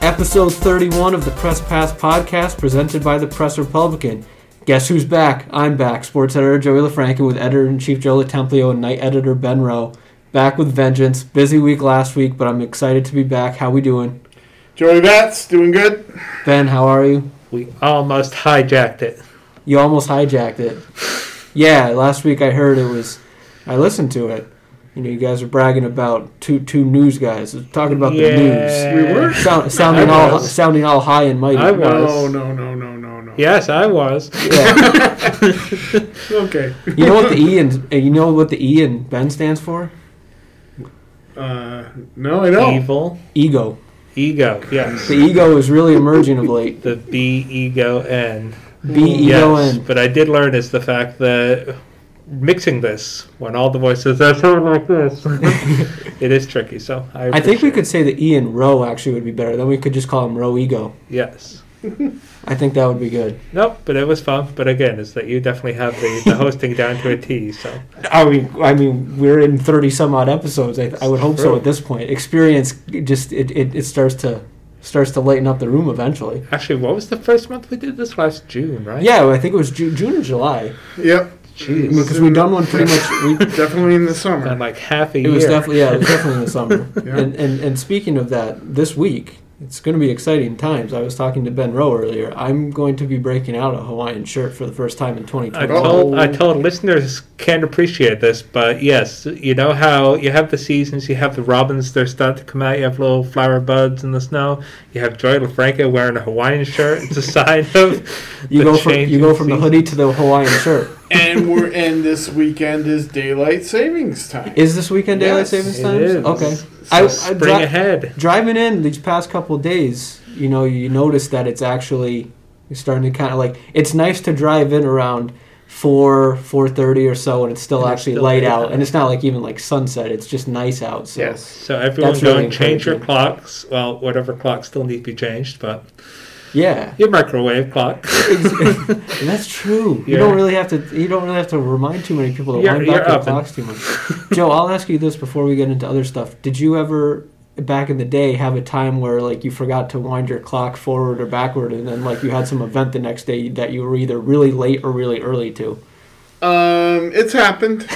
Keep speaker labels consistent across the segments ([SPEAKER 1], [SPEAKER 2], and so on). [SPEAKER 1] episode 31 of the Press Pass podcast presented by the Press Republican. Guess who's back? I'm back. Sports editor Joey LaFranca with editor in chief Joe Latemplio and night editor Ben Rowe. Back with vengeance. Busy week last week, but I'm excited to be back. How we doing?
[SPEAKER 2] Joey Bats, doing good.
[SPEAKER 1] Ben, how are you?
[SPEAKER 3] We almost hijacked it.
[SPEAKER 1] You almost hijacked it. Yeah, last week I heard it was. I listened to it. You know, you guys were bragging about two two news guys talking about the news.
[SPEAKER 3] Yeah.
[SPEAKER 2] We were.
[SPEAKER 1] Sound, sounding all
[SPEAKER 3] was.
[SPEAKER 1] sounding all high and mighty.
[SPEAKER 3] I was.
[SPEAKER 2] No, no, no, no, no, no.
[SPEAKER 3] Yes, I was.
[SPEAKER 1] Yeah.
[SPEAKER 2] Okay.
[SPEAKER 1] You know what the E and you know what the E and Ben stands for?
[SPEAKER 2] Uh, no, I don't.
[SPEAKER 3] Evil
[SPEAKER 1] Ego.
[SPEAKER 3] ego. Yes.
[SPEAKER 1] The e- ego is really emerging of late.
[SPEAKER 3] The B ego N.
[SPEAKER 1] B E O
[SPEAKER 3] Yes.
[SPEAKER 1] N.
[SPEAKER 3] But I did learn is the fact that mixing this when all the voices that sound like this, it is tricky. So I.
[SPEAKER 1] I think we
[SPEAKER 3] appreciate
[SPEAKER 1] could say the E and Roe actually would be better. Then we could just call him Roe Ego.
[SPEAKER 3] it. Yes.
[SPEAKER 1] I think that would be good.
[SPEAKER 3] Nope. But it was fun. But again, is that you definitely have the, the hosting down to a T. So
[SPEAKER 1] I mean, I mean, we're in thirty some odd episodes. I, I would hope so
[SPEAKER 3] True.
[SPEAKER 1] at this point. Experience just it, it, it starts to starts to lighten up the room eventually.
[SPEAKER 3] actually, what was the first month we did this last June, right?
[SPEAKER 1] Yeah, I think it was Ju- June or July
[SPEAKER 2] Yep.
[SPEAKER 3] Jeez.
[SPEAKER 1] because we done one pretty much. We,
[SPEAKER 2] Definitely in the summer.
[SPEAKER 3] Been like half a
[SPEAKER 1] it
[SPEAKER 3] year.
[SPEAKER 1] was definitely yeah, it was definitely in the summer.
[SPEAKER 2] Yeah.
[SPEAKER 1] And, and and speaking of that, this week it's going to be exciting times. I was talking to Ben Rowe earlier. I'm going to be breaking out a Hawaiian shirt for the first time in
[SPEAKER 3] I
[SPEAKER 1] 2020.
[SPEAKER 2] Uh-oh.
[SPEAKER 3] told I told listeners can appreciate this, but yes, you know how you have the seasons, you have the robins, they're starting to come out, you have little flower buds in the snow, you have Joy LaFranca wearing a Hawaiian shirt. It's a sign of
[SPEAKER 1] You
[SPEAKER 3] the
[SPEAKER 1] go from you
[SPEAKER 3] changing
[SPEAKER 1] go from the
[SPEAKER 3] seasons.
[SPEAKER 1] hoodie to the Hawaiian shirt.
[SPEAKER 2] and we're and this weekend is daylight savings time.
[SPEAKER 1] Is this weekend daylight
[SPEAKER 2] Yes,
[SPEAKER 1] savings
[SPEAKER 3] It
[SPEAKER 1] time?
[SPEAKER 3] is.
[SPEAKER 1] Okay.
[SPEAKER 3] So
[SPEAKER 1] I- I
[SPEAKER 3] spring
[SPEAKER 1] dri-
[SPEAKER 3] ahead.
[SPEAKER 1] driving in these past couple of days, you know, you notice that it's actually starting to kind of like it's nice to drive in around four four thirty or so, and it's still
[SPEAKER 3] And it's
[SPEAKER 1] actually
[SPEAKER 3] still
[SPEAKER 1] light
[SPEAKER 3] daytime.
[SPEAKER 1] out, and it's not like even like sunset. It's just nice out. So
[SPEAKER 2] yes.
[SPEAKER 3] So everyone
[SPEAKER 1] That's
[SPEAKER 3] go
[SPEAKER 1] really
[SPEAKER 3] and change your
[SPEAKER 1] encouraging.
[SPEAKER 3] clocks. Well, whatever clocks still need to be changed, but
[SPEAKER 1] yeah,
[SPEAKER 3] your microwave clock.
[SPEAKER 1] Ex- that's true. You don't
[SPEAKER 3] Yeah.
[SPEAKER 1] really have to. You don't really have to remind too many people to
[SPEAKER 3] You're-
[SPEAKER 1] wind
[SPEAKER 3] you're
[SPEAKER 1] back their
[SPEAKER 3] up and-
[SPEAKER 1] clocks too much. Joe, I'll ask you this before we get into other stuff. Did you ever? back in the day have a time where like you forgot to wind your clock forward or backward and then like you had some event the next day that you were either really late or really early to
[SPEAKER 2] Um, it's happened.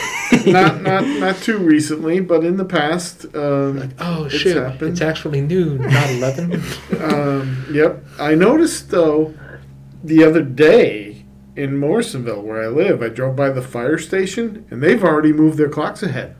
[SPEAKER 2] not not not too recently, but in the past. Um,
[SPEAKER 3] oh
[SPEAKER 2] It's
[SPEAKER 3] shoot!
[SPEAKER 2] happened.
[SPEAKER 3] It's actually noon, not eleven.
[SPEAKER 2] um, yep. I noticed though the other day in Morrisonville, where I live, I drove by the fire station, and they've already moved their clocks ahead.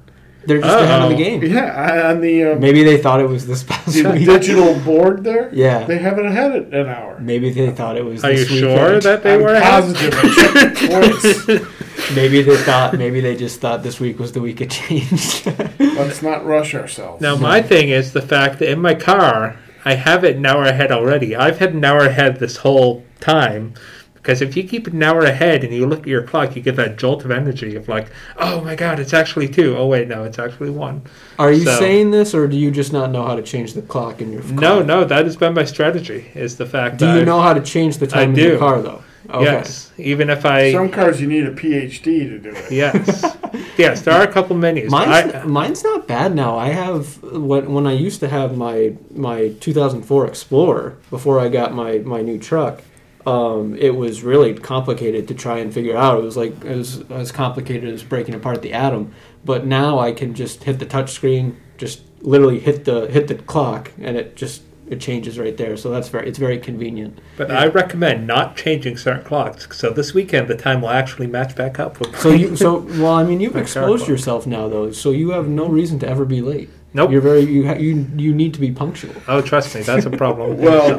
[SPEAKER 1] they're just ahead of the
[SPEAKER 3] Uh-oh.
[SPEAKER 1] game
[SPEAKER 2] Yeah, I- on the um,
[SPEAKER 1] maybe they thought it was this past
[SPEAKER 2] the
[SPEAKER 1] week
[SPEAKER 2] digital board there.
[SPEAKER 1] yeah
[SPEAKER 2] They haven't had it an hour.
[SPEAKER 1] maybe they thought it was
[SPEAKER 3] Are you
[SPEAKER 1] this
[SPEAKER 3] sure
[SPEAKER 1] weekend.
[SPEAKER 3] that they
[SPEAKER 2] I'm
[SPEAKER 3] were ahead?
[SPEAKER 2] positive. I checked twice.
[SPEAKER 1] maybe they thought maybe they just thought this week was the week it changed
[SPEAKER 2] Let's not rush ourselves.
[SPEAKER 3] Now my thing is the fact that in my car I have it an hour ahead already. I've had an hour ahead this whole time. Because if you keep it an hour ahead and you look at your clock, you get that jolt of energy of like, oh my god, it's actually two. Oh wait, no, it's actually one.
[SPEAKER 1] are you
[SPEAKER 3] So-
[SPEAKER 1] saying this or do you just not know how to change the clock in your car?
[SPEAKER 3] No, no, that has been my strategy. Is the fact
[SPEAKER 1] do
[SPEAKER 3] that
[SPEAKER 1] you know how to change the time in
[SPEAKER 3] do.
[SPEAKER 1] your car though okay
[SPEAKER 3] Yes, even if I
[SPEAKER 2] Some cars you need a PhD to do it.
[SPEAKER 3] yes, yes, there are a couple menus. but
[SPEAKER 1] Mine's,
[SPEAKER 3] I,
[SPEAKER 1] mine's not bad now. I have when when I used to have my my 2004 Explorer before I got my my new truck. Um, it was really complicated to try and figure out. It was like it was as complicated as breaking apart the atom. But now I can just hit the touch screen, just literally hit the hit the clock, and it just it changes right there. So that's very it's very convenient.
[SPEAKER 3] but I recommend not changing certain clocks. So this weekend the time will actually match back up with.
[SPEAKER 1] So you so well, I mean, you've
[SPEAKER 3] My car
[SPEAKER 1] exposed
[SPEAKER 3] clock.
[SPEAKER 1] yourself now though, so you have no reason to ever be late.
[SPEAKER 3] Nope.
[SPEAKER 1] You're very you ha- you you need to be punctual.
[SPEAKER 3] Oh, trust me, that's a problem.
[SPEAKER 2] Well,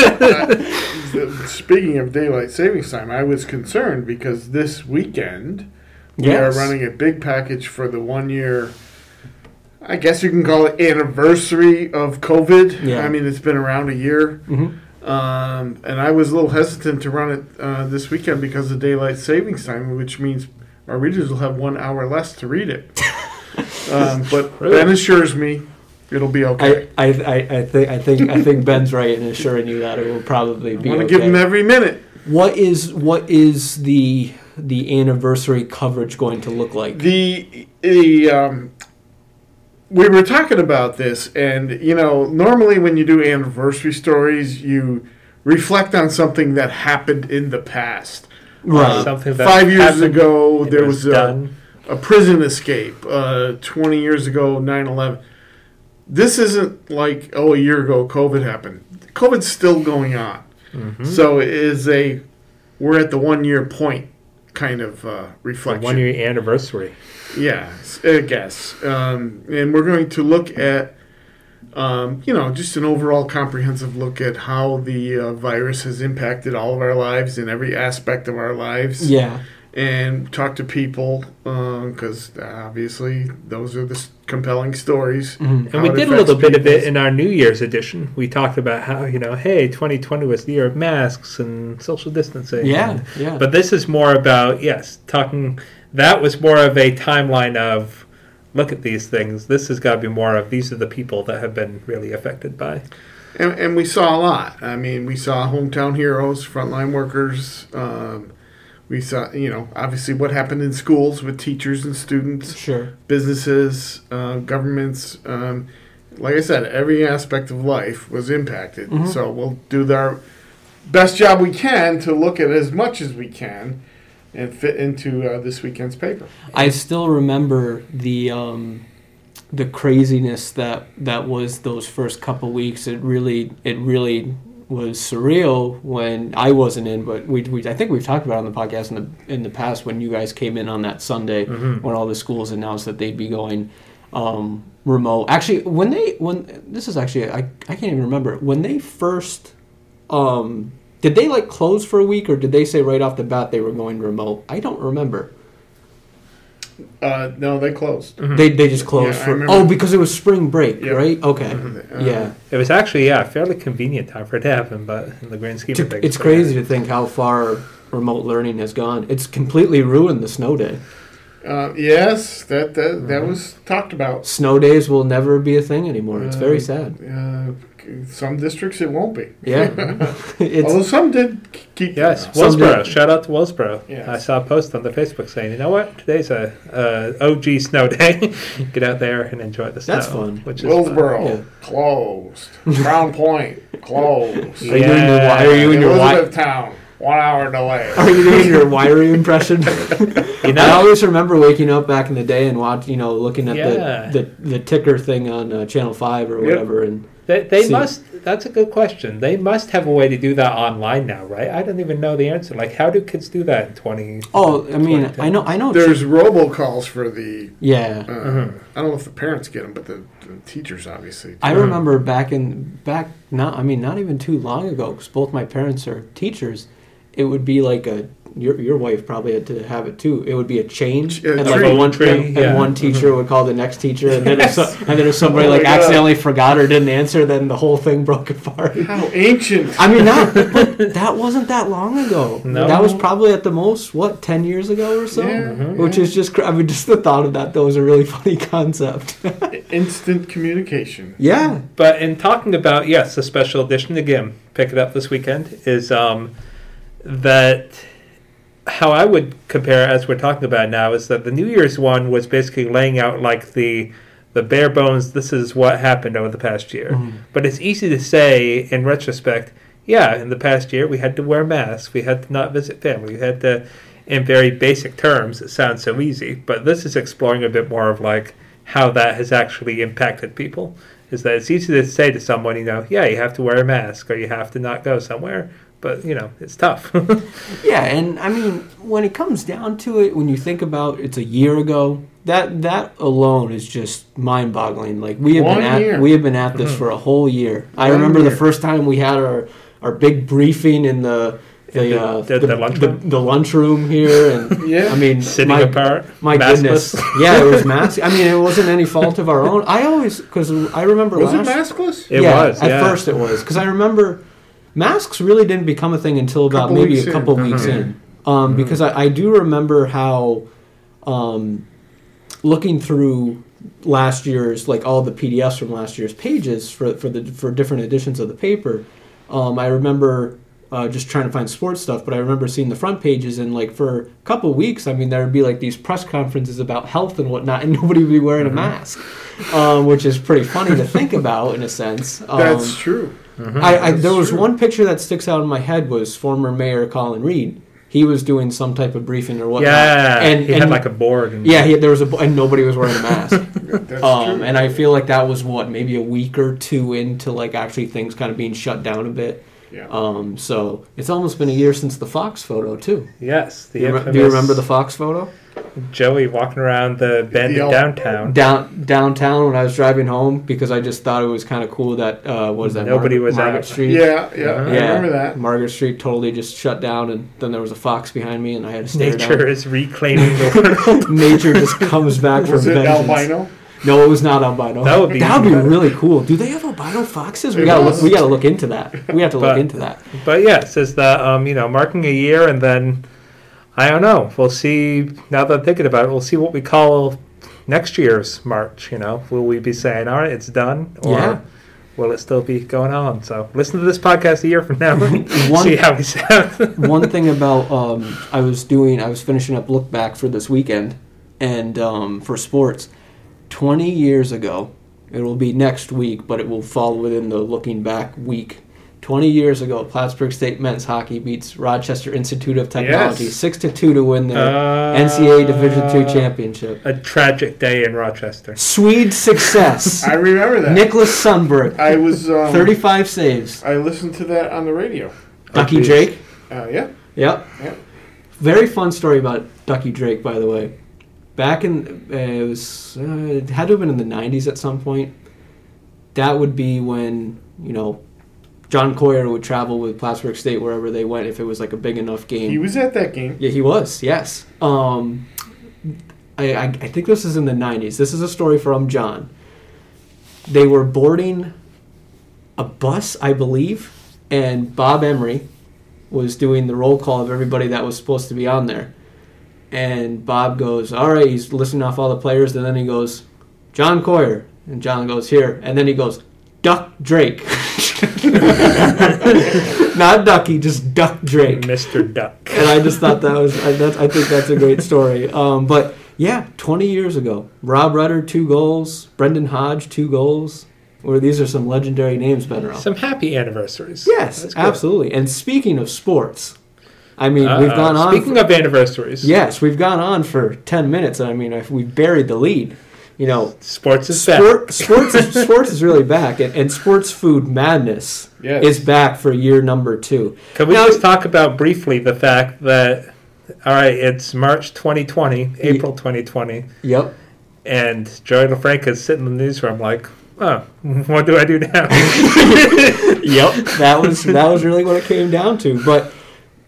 [SPEAKER 2] I- Uh, speaking of daylight savings time, I was concerned because this weekend we
[SPEAKER 1] Yes.
[SPEAKER 2] are running a big package for the one year. I guess you can call it anniversary of COVID.
[SPEAKER 1] Yeah.
[SPEAKER 2] I mean, it's been around a year.
[SPEAKER 1] Mhm.
[SPEAKER 2] Um, and I was a little hesitant to run it uh, this weekend because of daylight savings time, which means our readers will have one hour less to read it. um, but
[SPEAKER 3] True.
[SPEAKER 2] Ben assures me it'll be okay.
[SPEAKER 1] I, I, I, I think I think I think Ben's right in assuring you that it will probably
[SPEAKER 2] I
[SPEAKER 1] be
[SPEAKER 2] want to
[SPEAKER 1] okay.
[SPEAKER 2] give them every minute.
[SPEAKER 1] what is what is the the anniversary coverage going to look like?
[SPEAKER 2] The the um, we were talking about this, and you know, normally when you do anniversary stories, you reflect on something that happened in the past. Uh,
[SPEAKER 1] Right.
[SPEAKER 3] Something that
[SPEAKER 2] Five years
[SPEAKER 3] happened,
[SPEAKER 2] ago,
[SPEAKER 3] it
[SPEAKER 2] there
[SPEAKER 3] was
[SPEAKER 2] was, uh, a,
[SPEAKER 3] done.
[SPEAKER 2] a prison escape. Uh, Twenty years ago, 9-11. This isn't like oh, a year ago, COVID happened. COVID's still going on, so it is a we're at the one year point kind of uh, reflection.
[SPEAKER 3] One year anniversary.
[SPEAKER 2] Yeah, s- I guess. Um, and we're going to look at, um, you know, just an overall comprehensive look at how the uh, virus has impacted all of our lives and every aspect of our lives.
[SPEAKER 1] Yeah.
[SPEAKER 2] And talk to people because obviously those are the s- compelling stories.
[SPEAKER 3] Mm-hmm. And we did a little bit of it in our New Year's edition. We talked about how, you know, hey, 2020 was the year of masks and social distancing.
[SPEAKER 1] Yeah.
[SPEAKER 3] and-
[SPEAKER 1] Yeah.
[SPEAKER 3] But this is more about, yes, talking. That was more of a timeline of look at these things. This has got to be more of these are the people that have been really affected by.
[SPEAKER 2] And, and we saw a lot. I mean, we saw hometown heroes, frontline workers. Um, we saw, you know, obviously what happened in schools with teachers and students.
[SPEAKER 1] sure.
[SPEAKER 2] businesses, uh, governments. Um, like I said, every aspect of life was impacted.
[SPEAKER 1] Mm-hmm.
[SPEAKER 2] So we'll do our best job we can to look at as much as we can and fit into uh, this weekend's paper.
[SPEAKER 1] I still remember the um, the craziness that that was those first couple weeks. It really it really was surreal when I wasn't in, but we, we I think we've talked about it on the podcast in the in the past when you guys came in on that Sunday when all the schools announced that they'd be going um, remote. Actually, when they when this is actually I I can't even remember when they first um, did they like close for a week or did they say right off the bat they were going remote? I don't remember.
[SPEAKER 2] Uh, no, they closed.
[SPEAKER 1] They, they just closed
[SPEAKER 2] Yeah, I
[SPEAKER 1] for
[SPEAKER 2] remember.
[SPEAKER 1] oh because it was spring break
[SPEAKER 2] Yeah. Mm-hmm.
[SPEAKER 1] right okay yeah
[SPEAKER 3] It was actually, yeah, a fairly convenient time for it to happen, but in the grand scheme
[SPEAKER 1] To-
[SPEAKER 3] of things,
[SPEAKER 1] it's crazy to think how far remote learning has gone it's completely ruined the snow day
[SPEAKER 2] Uh, yes, that that,
[SPEAKER 1] Mm-hmm.
[SPEAKER 2] that was talked about.
[SPEAKER 1] snow days will never be a thing anymore it's very
[SPEAKER 2] Um,
[SPEAKER 1] sad
[SPEAKER 2] Uh, some districts it won't be.
[SPEAKER 1] yeah
[SPEAKER 2] Although
[SPEAKER 1] it's
[SPEAKER 2] some did k- keep.
[SPEAKER 3] Yes,
[SPEAKER 1] Some
[SPEAKER 3] Willsboro.
[SPEAKER 1] did.
[SPEAKER 3] Shout out to Willsboro.
[SPEAKER 2] Yes.
[SPEAKER 3] I saw a post on the Facebook saying, you know what, today's a, a OG snow day. Get out there and enjoy the snow.
[SPEAKER 1] That's fun.
[SPEAKER 3] Which is
[SPEAKER 2] Willsboro
[SPEAKER 1] Yeah.
[SPEAKER 2] closed. Crown Point closed.
[SPEAKER 1] are you doing your why
[SPEAKER 3] Yeah.
[SPEAKER 1] are you doing your why
[SPEAKER 2] Elizabeth Town, one hour delay.
[SPEAKER 1] are you doing your wiry impression?
[SPEAKER 3] You
[SPEAKER 1] I
[SPEAKER 3] know,
[SPEAKER 1] always remember waking up back in the day and watch, you know, looking at
[SPEAKER 3] Yeah.
[SPEAKER 1] the, the the ticker thing on uh, Channel Five or
[SPEAKER 2] Yep.
[SPEAKER 1] whatever, and
[SPEAKER 3] they, they
[SPEAKER 1] See.
[SPEAKER 3] must. That's a good question. They must have a way to do that online now, right? I don't even know the answer. Like, how do kids do that in twenty?
[SPEAKER 1] oh, I mean,
[SPEAKER 3] 2010?
[SPEAKER 1] I know, I know,
[SPEAKER 2] There's robocalls for the.
[SPEAKER 1] yeah,
[SPEAKER 2] Uh, I don't know if the parents get them, but the, the teachers obviously.
[SPEAKER 1] I
[SPEAKER 3] Mhm.
[SPEAKER 1] remember back in back not I mean not even too long ago because both my parents are teachers. It would be like a your your wife probably had to have it too. It would be a change,
[SPEAKER 2] Ch- a
[SPEAKER 1] and like
[SPEAKER 2] tree,
[SPEAKER 1] a one
[SPEAKER 3] tree,
[SPEAKER 1] and, and
[SPEAKER 3] yeah.
[SPEAKER 1] one teacher would call the next teacher, and then if so, and then if somebody
[SPEAKER 2] Mm-hmm. Oh my
[SPEAKER 1] like
[SPEAKER 2] God.
[SPEAKER 1] accidentally forgot or didn't answer, then the whole thing broke apart.
[SPEAKER 2] How ancient!
[SPEAKER 1] I mean, not, but that wasn't that long ago.
[SPEAKER 3] No.
[SPEAKER 1] That was probably at the most what ten years ago or so,
[SPEAKER 2] Yeah, Mhm.
[SPEAKER 1] which
[SPEAKER 2] yeah.
[SPEAKER 1] is just cra- I mean just the thought of that though is a really funny concept.
[SPEAKER 2] Instant communication.
[SPEAKER 1] yeah,
[SPEAKER 3] But in talking about yes, the special edition again, pick it up this weekend is um, that how I would compare as we're talking about now is that the New Year's one was basically laying out like the the bare bones. This is what happened over the past year. But it's easy to say in retrospect, yeah, in the past year we had to wear masks, we had to not visit family, we had to. In very basic terms, it sounds so easy, but this is exploring a bit more of like how that has actually impacted people is that it's easy to say to someone, you know, yeah, you have to wear a mask or you have to not go somewhere, but you know, it's tough.
[SPEAKER 1] Yeah, and I mean, when it comes down to it, when you think about it's a year ago, that that alone is just mind-boggling. Like we have
[SPEAKER 2] One
[SPEAKER 1] been at
[SPEAKER 2] year. Mm-hmm.
[SPEAKER 1] we have been at this for a whole year. I
[SPEAKER 2] One
[SPEAKER 1] remember the
[SPEAKER 2] year.
[SPEAKER 1] first time we had our our big briefing in the the
[SPEAKER 3] In the-
[SPEAKER 1] uh,
[SPEAKER 3] the- the lunchroom?
[SPEAKER 1] the, the lunchroom here, and
[SPEAKER 2] Yeah.
[SPEAKER 1] I mean,
[SPEAKER 3] Sitting
[SPEAKER 1] my,
[SPEAKER 3] apart,
[SPEAKER 1] my
[SPEAKER 3] maskless.
[SPEAKER 1] goodness, yeah, it was mask. I mean, it wasn't any fault of our own. I always because I remember
[SPEAKER 2] Was it
[SPEAKER 1] last
[SPEAKER 2] maskless?
[SPEAKER 3] It was,
[SPEAKER 1] at
[SPEAKER 3] yeah.
[SPEAKER 1] first it was because I remember masks really didn't become a thing until about
[SPEAKER 2] Couple
[SPEAKER 1] maybe
[SPEAKER 2] weeks
[SPEAKER 1] a
[SPEAKER 2] in.
[SPEAKER 1] couple weeks
[SPEAKER 2] Uh-huh.
[SPEAKER 1] in,
[SPEAKER 3] Mm-hmm.
[SPEAKER 1] um, because I, I do remember how um, looking through last year's like all the PDFs from last year's pages for for the for different editions of the paper, um, I remember uh, just trying to find sports stuff. But I remember seeing the front pages, and like for a couple weeks, I mean, there would be like these press conferences about health and whatnot, and nobody would be wearing a
[SPEAKER 3] Mm-hmm.
[SPEAKER 1] mask, um, which is pretty funny to think about in a sense. Um,
[SPEAKER 2] That's true.
[SPEAKER 3] mm-hmm.
[SPEAKER 1] I, I,
[SPEAKER 2] That's
[SPEAKER 1] there was
[SPEAKER 2] true.
[SPEAKER 1] one picture that sticks out in my head was former mayor Colin Reed. He was doing some type of briefing or whatnot.
[SPEAKER 3] Yeah,
[SPEAKER 1] and,
[SPEAKER 3] he
[SPEAKER 1] and
[SPEAKER 3] had like a board. And,
[SPEAKER 1] yeah, he, there was a bo- and nobody was wearing a mask.
[SPEAKER 2] That's
[SPEAKER 1] um,
[SPEAKER 2] true.
[SPEAKER 1] and I feel like that was what maybe a week or two into like actually things kind of being shut down a bit.
[SPEAKER 2] yeah.
[SPEAKER 1] Um, so it's almost been a year since the Fox photo too.
[SPEAKER 3] Yes. The
[SPEAKER 1] Do you, rem-
[SPEAKER 3] infamous
[SPEAKER 1] do you remember the Fox photo
[SPEAKER 3] Joey walking around the bend
[SPEAKER 2] The
[SPEAKER 3] in
[SPEAKER 2] old-
[SPEAKER 3] downtown?
[SPEAKER 1] down downtown when I was driving home because I just thought it was kind of cool that uh, what is that
[SPEAKER 3] Nobody was
[SPEAKER 1] Margaret
[SPEAKER 3] out.
[SPEAKER 1] Street
[SPEAKER 2] yeah, yeah, I
[SPEAKER 1] uh, Yeah,
[SPEAKER 2] remember that.
[SPEAKER 1] Margaret Street totally just shut down, and then there was a fox behind me, and I had to stare
[SPEAKER 3] Nature is reclaiming the world.
[SPEAKER 1] down. Nature just comes back from
[SPEAKER 2] Was it
[SPEAKER 1] vengeance.
[SPEAKER 2] albino?
[SPEAKER 1] No, it was not albino.
[SPEAKER 3] That would be
[SPEAKER 1] that would be
[SPEAKER 3] better.
[SPEAKER 1] really cool. Do they have albino foxes? We
[SPEAKER 2] It
[SPEAKER 1] gotta
[SPEAKER 2] was.
[SPEAKER 1] look. We gotta look into that. We have to look
[SPEAKER 3] But-
[SPEAKER 1] into that.
[SPEAKER 3] but yeah, it says that um, you know, marking a year and then I don't know. We'll see now that I'm thinking about it, we'll see what we call next year's March, you know. Will we be saying, All right, it's done? Or
[SPEAKER 1] Yeah.
[SPEAKER 3] will it still be going on? So listen to this podcast a year from now and
[SPEAKER 1] One-
[SPEAKER 3] see how we sound.
[SPEAKER 1] One thing about um, I was doing, I was finishing up look back for this weekend, and um, for sports, twenty years ago. It will be next week, but it will fall within the looking back week. Twenty years ago, Plattsburgh State men's hockey beats Rochester Institute of Technology
[SPEAKER 2] Yes.
[SPEAKER 1] six to two to win their
[SPEAKER 3] Uh,
[SPEAKER 1] NCAA Division two championship.
[SPEAKER 3] a tragic day in Rochester.
[SPEAKER 1] Swede success.
[SPEAKER 2] I remember that.
[SPEAKER 1] Nicholas Sundberg,
[SPEAKER 2] I was um,
[SPEAKER 1] thirty-five saves.
[SPEAKER 2] I listened to that on the radio.
[SPEAKER 1] Ducky
[SPEAKER 3] geez.
[SPEAKER 1] Drake.
[SPEAKER 2] Uh, yeah,
[SPEAKER 1] Yep.
[SPEAKER 2] yeah.
[SPEAKER 1] Very fun story about Ducky Drake, by the way. Back in uh, it was uh, it had to have been in the '90s at some point. That would be when you know John Coyer would travel with Plattsburgh State wherever they went if it was like a big enough game.
[SPEAKER 2] He was at that game.
[SPEAKER 1] yeah, he was. Yes. Um, I, I I think this is in the '90s. This is a story from John. They were boarding a bus, I believe, and Bob Emery was doing the roll call of everybody that was supposed to be on there. And Bob goes, All right, he's listing off all the players. And then he goes, John Coyer. And John goes, Here. And then he goes, Duck Drake. Not Ducky, just Duck Drake.
[SPEAKER 3] Mr. Duck.
[SPEAKER 1] And I just thought that was, I, that's, I think that's a great story. Um, but yeah, 20 years ago, Rob Rutter, two goals. Brendan Hodge, two goals. Or these are some legendary names been around.
[SPEAKER 3] Some happy anniversaries.
[SPEAKER 1] Yes,
[SPEAKER 3] That's good.
[SPEAKER 1] absolutely. And speaking of sports, I mean,
[SPEAKER 3] Uh,
[SPEAKER 1] we've gone on.
[SPEAKER 3] Speaking
[SPEAKER 1] for-
[SPEAKER 3] of anniversaries,
[SPEAKER 1] yes, we've gone on for ten minutes, and I mean, if we buried the lead. You know,
[SPEAKER 3] sports is back.
[SPEAKER 1] sport, sports is, sports is really back, and, and sports food madness
[SPEAKER 2] Yes.
[SPEAKER 1] is back for year number two.
[SPEAKER 3] Can we
[SPEAKER 1] Now-
[SPEAKER 3] just talk about briefly the fact that, all right, it's March 2020, April 2020,
[SPEAKER 1] Yep.
[SPEAKER 3] and Joey LaFranca is sitting in the newsroom like, oh, what do I do now?
[SPEAKER 1] yep. That was that was really what it came down to. But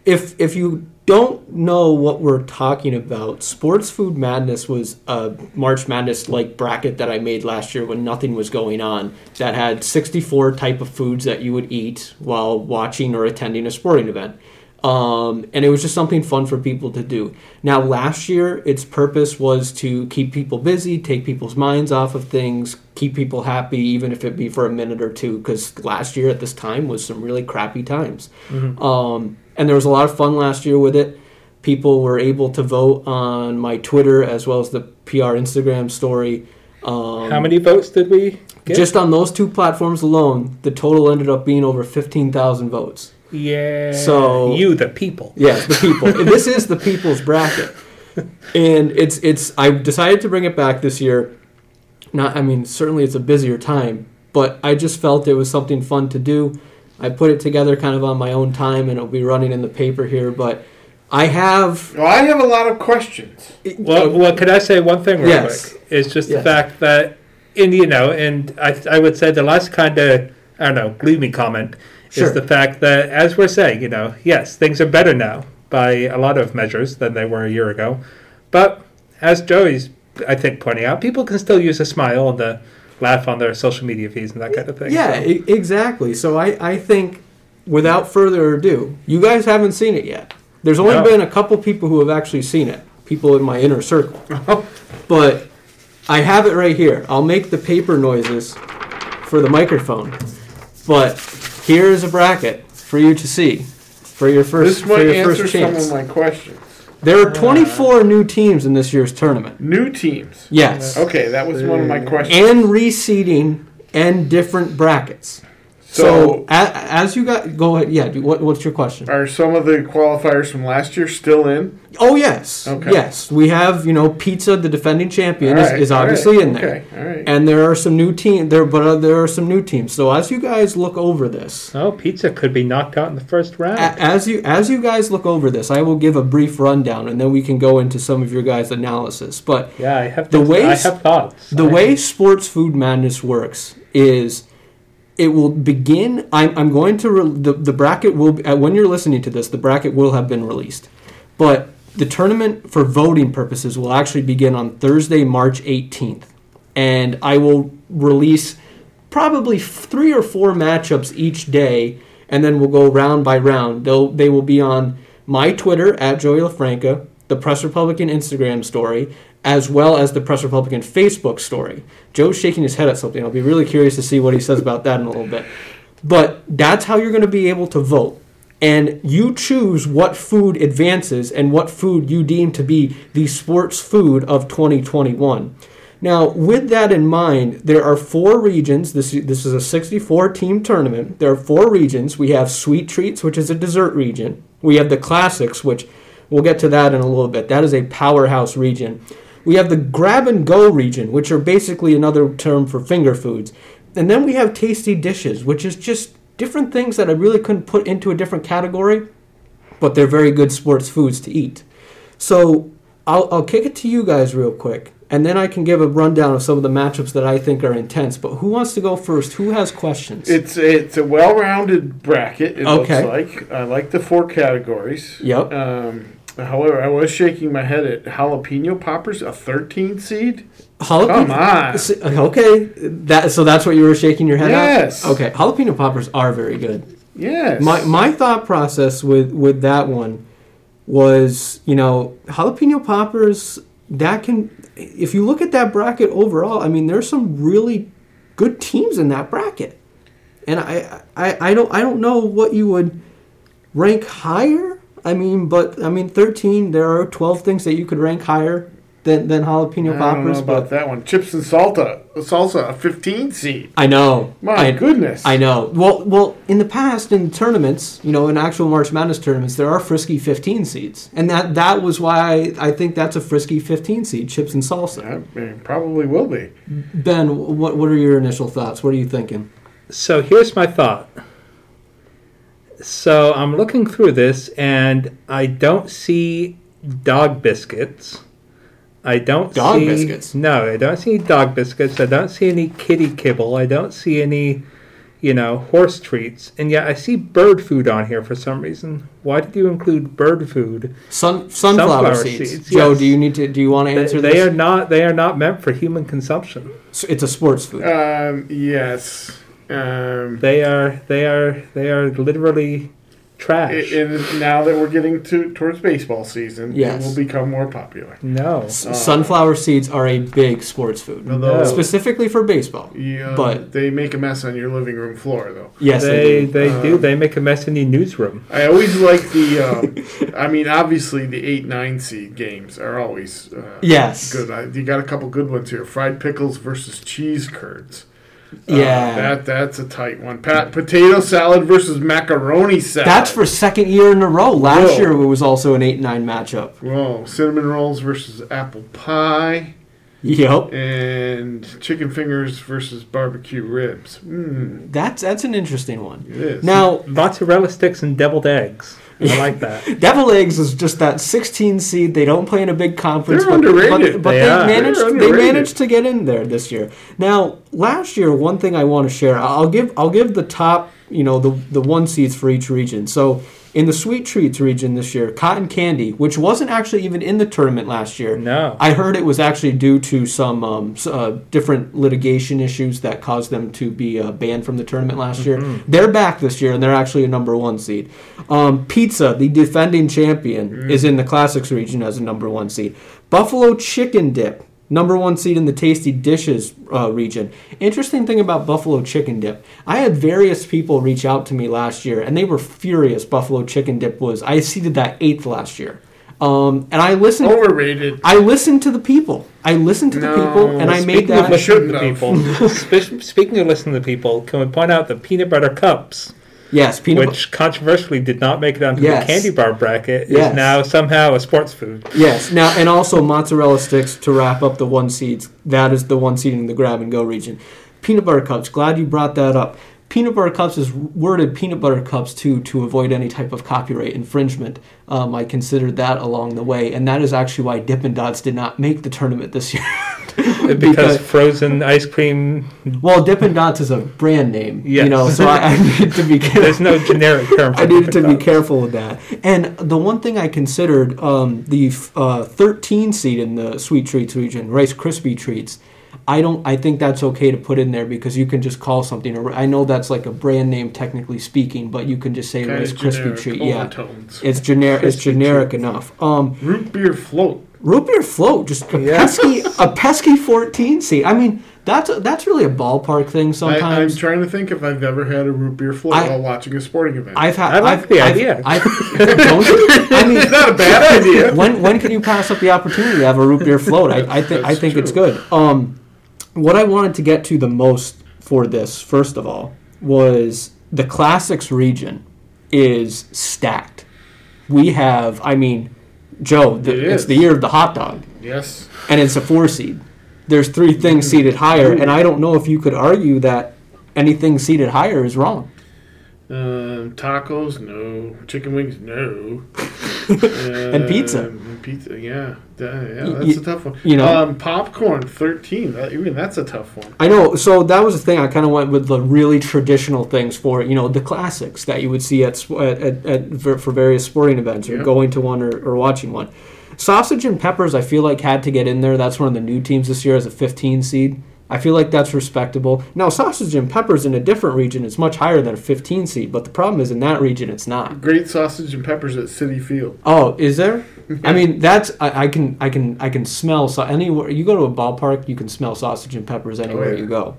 [SPEAKER 1] if if you don't know what we're talking about, Sports Food Madness was a March Madness like bracket that I made last year when nothing was going on that had 64 type of foods that you would eat while watching or attending a sporting event. Um, and it was just something fun for people to do. Now, last year, its purpose was to keep people busy, take people's minds off of things, keep people happy, even if it be for a minute or two, because last year at this time was some really crappy times. Um, and there was a lot of fun last year with it. People were able to vote on my Twitter as well as the PR Instagram story. Um,
[SPEAKER 3] How many votes did we get?
[SPEAKER 1] Just on those two platforms alone, the total ended up being over 15,000 votes.
[SPEAKER 3] yeah.
[SPEAKER 1] So-
[SPEAKER 3] you, the people.
[SPEAKER 1] Yes, the people. this is the people's bracket, and it's it's. I decided to bring it back this year. Not, I mean, certainly it's a busier time, but I just felt it was something fun to do. I put it together kind of on my own time, and it'll be running in the paper here. But I have
[SPEAKER 2] Well, I have a lot of questions.
[SPEAKER 3] Well, well, could I say one thing real
[SPEAKER 1] Yes.
[SPEAKER 3] quick? It's just
[SPEAKER 1] Yes.
[SPEAKER 3] the fact that, and you know, and I, I would say the last kind of, I don't know, gloomy comment
[SPEAKER 1] Sure.
[SPEAKER 3] is the fact that, as we're saying, you know, yes, things are better now by a lot of measures than they were a year ago. But as Joey's, I think, pointing out, people can still use a smile and a laugh on their social media feeds and that kind of thing.
[SPEAKER 1] yeah,
[SPEAKER 3] So.
[SPEAKER 1] e- exactly. So I I think without further ado, you guys haven't seen it yet. There's only
[SPEAKER 3] No.
[SPEAKER 1] been a couple people who have actually seen it. People in my inner circle. but I have it right here. I'll make the paper noises for the microphone. But here is a bracket for you to see. for your first
[SPEAKER 2] This might
[SPEAKER 1] for your
[SPEAKER 2] answer
[SPEAKER 1] first
[SPEAKER 2] some of
[SPEAKER 1] chance.
[SPEAKER 2] my questions.
[SPEAKER 1] There are 24 new teams in this year's tournament.
[SPEAKER 2] New teams.
[SPEAKER 1] Yes, Uh,
[SPEAKER 2] Okay, that was one of my questions.
[SPEAKER 1] and reseeding and different brackets. So,
[SPEAKER 2] So,
[SPEAKER 1] a as you got go ahead, yeah. do- What, what's your question?
[SPEAKER 2] are some of the qualifiers from last year still in?
[SPEAKER 1] Oh yes,
[SPEAKER 2] Okay.
[SPEAKER 1] yes. We have you know pizza, the defending champion,
[SPEAKER 2] All
[SPEAKER 1] is,
[SPEAKER 2] right,
[SPEAKER 1] is
[SPEAKER 2] all right,
[SPEAKER 1] obviously in there.
[SPEAKER 2] Okay, all right.
[SPEAKER 1] And there are some new team there, but uh, there are some new teams. So as you guys look over this,
[SPEAKER 3] Oh, pizza could be knocked out in the first round.
[SPEAKER 1] a- as you as you guys look over this, I will give a brief rundown, and then we can go into some of your guys' analysis. But
[SPEAKER 3] yeah, I have
[SPEAKER 1] The
[SPEAKER 3] the
[SPEAKER 1] way
[SPEAKER 3] I
[SPEAKER 1] s-
[SPEAKER 3] have thoughts.
[SPEAKER 1] the
[SPEAKER 3] I-
[SPEAKER 1] way sports food madness works is it will begin i'm, I'm going to re- the, the bracket will be- uh, when you're listening to this the bracket will have been released but the tournament for voting purposes will actually begin on thursday march 18th and i will release probably f- three or four matchups each day and then we'll go round by round they'll they will be on my Twitter at Joey LaFranca, the Press Republican Instagram story, as well as the Press Republican Facebook story. Joe's shaking his head at something. I'll be really curious to see what he says about that in a little bit. But that's how you're going to be able to vote. And you choose what food advances and what food you deem to be the sports food of 2021. Now, with that in mind, there are four regions. This this is a 64 team tournament. There are four regions. We have sweet treats, which is a dessert region. We have the classics, which we'll get to that in a little bit. That is a powerhouse region. We have the grab and go region, which are basically another term for finger foods. And then we have tasty dishes, which is just different things that I really couldn't put into a different category but they're very good sports foods to eat. So I'll, I'll kick it to you guys real quick, and then I can give a rundown of some of the matchups that I think are intense. But who wants to go first? Who has questions?
[SPEAKER 2] It's it's a well-rounded bracket. It
[SPEAKER 1] Okay.
[SPEAKER 2] looks like I like the four categories.
[SPEAKER 1] Yep.
[SPEAKER 2] Um, however, I was shaking my head at jalapeno poppers, a 13 seed.
[SPEAKER 1] Jalapeno.
[SPEAKER 2] Come on.
[SPEAKER 1] S- Okay, that so that's what you were shaking your head at.
[SPEAKER 2] Yes.
[SPEAKER 1] Okay, jalapeno poppers are very good.
[SPEAKER 2] Yes.
[SPEAKER 1] My my thought process with with that one was, you know, jalapeno poppers that can if you look at that bracket overall, I mean, there's some really good teams in that bracket. And I I, I don't I don't know what you would rank higher. I mean, but I mean 13 there are 12 things that you could rank higher than than jalapeno
[SPEAKER 2] I don't know
[SPEAKER 1] poppers,
[SPEAKER 2] about
[SPEAKER 1] but
[SPEAKER 2] that one. Chips and salsa, salsa, a 15 seed.
[SPEAKER 1] I know.
[SPEAKER 2] My
[SPEAKER 1] I,
[SPEAKER 2] goodness.
[SPEAKER 1] I know. Well, well, in the past, in tournaments, you know, in actual March Madness tournaments, there are frisky 15 seeds, and that that was why I, I think that's a frisky 15 seed, chips and salsa.
[SPEAKER 2] I mean, probably will be.
[SPEAKER 1] Ben, what what are your initial thoughts? What are you thinking?
[SPEAKER 3] So here's my thought. So I'm looking through this and I don't see dog biscuits. I don't
[SPEAKER 1] Dog
[SPEAKER 3] see
[SPEAKER 1] biscuits?
[SPEAKER 3] No, I don't see any dog biscuits. I don't see any kitty kibble. I don't see any, you know, horse treats. And yet I see bird food on here for some reason. Why did you include bird food?
[SPEAKER 1] Sun sunflower,
[SPEAKER 3] Sunflower
[SPEAKER 1] seeds.
[SPEAKER 3] seeds,
[SPEAKER 1] Joe,
[SPEAKER 3] yes.
[SPEAKER 1] do you need to do you want to
[SPEAKER 3] They,
[SPEAKER 1] answer
[SPEAKER 3] they
[SPEAKER 1] this?
[SPEAKER 3] are not they are not meant for human consumption.
[SPEAKER 1] So it's a sports food.
[SPEAKER 3] Uh,
[SPEAKER 2] Um, yes. Um,
[SPEAKER 3] They are they are they are literally trash.
[SPEAKER 2] it, and now that we're getting to towards baseball season,
[SPEAKER 1] Yes.
[SPEAKER 2] it will become more popular.
[SPEAKER 3] no.
[SPEAKER 1] S- sunflower seeds are a big sports food,
[SPEAKER 2] Although-
[SPEAKER 1] specifically for baseball.
[SPEAKER 2] Yeah,
[SPEAKER 1] But-
[SPEAKER 2] they make a mess on your living room floor, though.
[SPEAKER 1] Yes, they,
[SPEAKER 3] they
[SPEAKER 1] do.
[SPEAKER 3] they do. They make a mess in the newsroom.
[SPEAKER 2] I always like the. Um, I mean, obviously, the eight nine seed games are always uh,
[SPEAKER 1] Yes.
[SPEAKER 2] good. I, you got a couple good ones here: fried pickles versus cheese curds. Uh,
[SPEAKER 1] Yeah.
[SPEAKER 2] that that's a tight one. Pat, potato salad versus macaroni salad.
[SPEAKER 1] That's for second year in a row. Last
[SPEAKER 2] Whoa.
[SPEAKER 1] year it was also an eight nine matchup.
[SPEAKER 2] whoa cinnamon rolls versus apple pie
[SPEAKER 1] Yep.
[SPEAKER 2] and chicken fingers versus barbecue ribs. Mm,
[SPEAKER 1] That's that's an interesting one.
[SPEAKER 2] it is.
[SPEAKER 1] Now,
[SPEAKER 3] Mozzarella sticks and deviled eggs. I like that.
[SPEAKER 1] Devil Eggs is just that 16 seed. They don't play in a big conference.
[SPEAKER 2] They're
[SPEAKER 1] but, But,
[SPEAKER 2] underrated.
[SPEAKER 1] but
[SPEAKER 3] They
[SPEAKER 1] they,
[SPEAKER 3] are.
[SPEAKER 1] managed.
[SPEAKER 2] They're
[SPEAKER 1] They
[SPEAKER 2] underrated.
[SPEAKER 1] managed to get in there this year. Now, last year, one thing I want to share. I- I'll give. I'll give the top. You know, the the one seeds for each region. So. In the sweet treats region this year, cotton candy, which wasn't actually even in the tournament last year,
[SPEAKER 3] No.
[SPEAKER 1] I heard it was actually due to some um, s- uh, different litigation issues that caused them to be uh, banned from the tournament last year. They're back this year, and they're actually a number one seed. Um, Pizza, the defending champion, is in the Classics region as a number one seed. Buffalo Chicken Dip Number one seed in the Tasty Dishes uh, region. Interesting thing about Buffalo Chicken Dip. I had various people reach out to me last year, and they were furious. Buffalo Chicken Dip was. I seeded that eighth last year, um, and I listened.
[SPEAKER 2] Overrated.
[SPEAKER 1] I listened to the people. I listened to the
[SPEAKER 2] No,
[SPEAKER 1] people, and I
[SPEAKER 3] Speaking
[SPEAKER 1] made
[SPEAKER 3] of
[SPEAKER 1] that.
[SPEAKER 3] listening to
[SPEAKER 2] shouldn't
[SPEAKER 3] people, spe- speaking of listening to people, can we point out the peanut butter cups,
[SPEAKER 1] yes, peanut. bu-
[SPEAKER 3] which controversially did not make it onto
[SPEAKER 1] Yes.
[SPEAKER 3] the candy bar bracket,
[SPEAKER 1] Yes.
[SPEAKER 3] is now somehow a sports food.
[SPEAKER 1] Yes. Now and also mozzarella sticks to wrap up the one seeds. That is the one seed in the grab and go region. Peanut butter cups. Glad you brought that up. Peanut butter cups is worded peanut butter cups too to avoid any type of copyright infringement. Um, I considered that along the way, and that is actually why Dippin' Dots did not make the tournament this year.
[SPEAKER 3] Because, frozen ice cream,
[SPEAKER 1] well, Dippin' Dots is a brand name, you
[SPEAKER 3] Yes.
[SPEAKER 1] know, so I, I need to be careful.
[SPEAKER 3] there's no generic term for
[SPEAKER 1] I needed to
[SPEAKER 3] Dippin'
[SPEAKER 1] be
[SPEAKER 3] Dots.
[SPEAKER 1] careful with that. And the one thing I considered um, the uh, 13 seed in the sweet treats region, Rice Krispie treats. I don't. I think that's okay to put in there because you can just call something. a- I know that's like a brand name, technically speaking, but you can just say
[SPEAKER 2] Kind
[SPEAKER 1] Rice
[SPEAKER 2] of
[SPEAKER 1] Krispie
[SPEAKER 2] generic
[SPEAKER 1] treat. Yeah,
[SPEAKER 2] overtones.
[SPEAKER 1] it's generic. It's generic enough. Um,
[SPEAKER 2] Root beer float.
[SPEAKER 1] root beer float, just a
[SPEAKER 3] Yeah.
[SPEAKER 1] pesky, a pesky 14 seed. I mean, that's a, that's really a ballpark thing.
[SPEAKER 2] I, I'm
[SPEAKER 1] Sometimes
[SPEAKER 2] trying to think if I've ever had a root beer float
[SPEAKER 1] I-
[SPEAKER 2] while watching a sporting event.
[SPEAKER 1] I've had.
[SPEAKER 3] I like
[SPEAKER 1] I've,
[SPEAKER 3] the
[SPEAKER 1] I've-
[SPEAKER 3] idea.
[SPEAKER 1] I've, don't, I mean,
[SPEAKER 2] it's not a bad idea.
[SPEAKER 1] when when can you pass up the opportunity to have a root beer float? I, I think I
[SPEAKER 2] That's
[SPEAKER 1] think it's
[SPEAKER 2] true.
[SPEAKER 1] good. Um, what I wanted to get to the most for this, first of all, was the classics region is stacked. We have, I mean, Joe, the,
[SPEAKER 2] It
[SPEAKER 1] it's
[SPEAKER 2] is.
[SPEAKER 1] the year of the hot dog,
[SPEAKER 2] Yes.
[SPEAKER 1] and it's a four seed. There's three
[SPEAKER 2] Mm.
[SPEAKER 1] things seated higher, and I don't know if you could argue that anything seated higher is wrong.
[SPEAKER 2] Um, tacos, no. Chicken wings, no.
[SPEAKER 1] And pizza.
[SPEAKER 2] Um, Pizza, yeah. Da- yeah,
[SPEAKER 1] Y-
[SPEAKER 2] that's
[SPEAKER 1] y-
[SPEAKER 2] a tough one.
[SPEAKER 1] you know?
[SPEAKER 2] um, popcorn, thirteen. That, even that's a tough one.
[SPEAKER 1] I know. So that was the thing. I kind of went with the really traditional things for it. You know, the classics that you would see at sp- at, at, at for, for various sporting events or
[SPEAKER 2] Yeah.
[SPEAKER 1] going to one or, or watching one. Sausage and peppers, I feel like had to get in there. That's one of the new teams this year as a 15 seed. I feel like that's respectable. Now, sausage and peppers in a different region is much higher than a 15 seed, but the problem is in that region it's not.
[SPEAKER 2] Great sausage and peppers at City Field.
[SPEAKER 1] Oh, is there?
[SPEAKER 2] Mm-hmm.
[SPEAKER 1] I mean, that's I, I can I can I can smell so anywhere you go to a ballpark, you can smell sausage and peppers anywhere
[SPEAKER 2] Oh, yeah.
[SPEAKER 1] you go.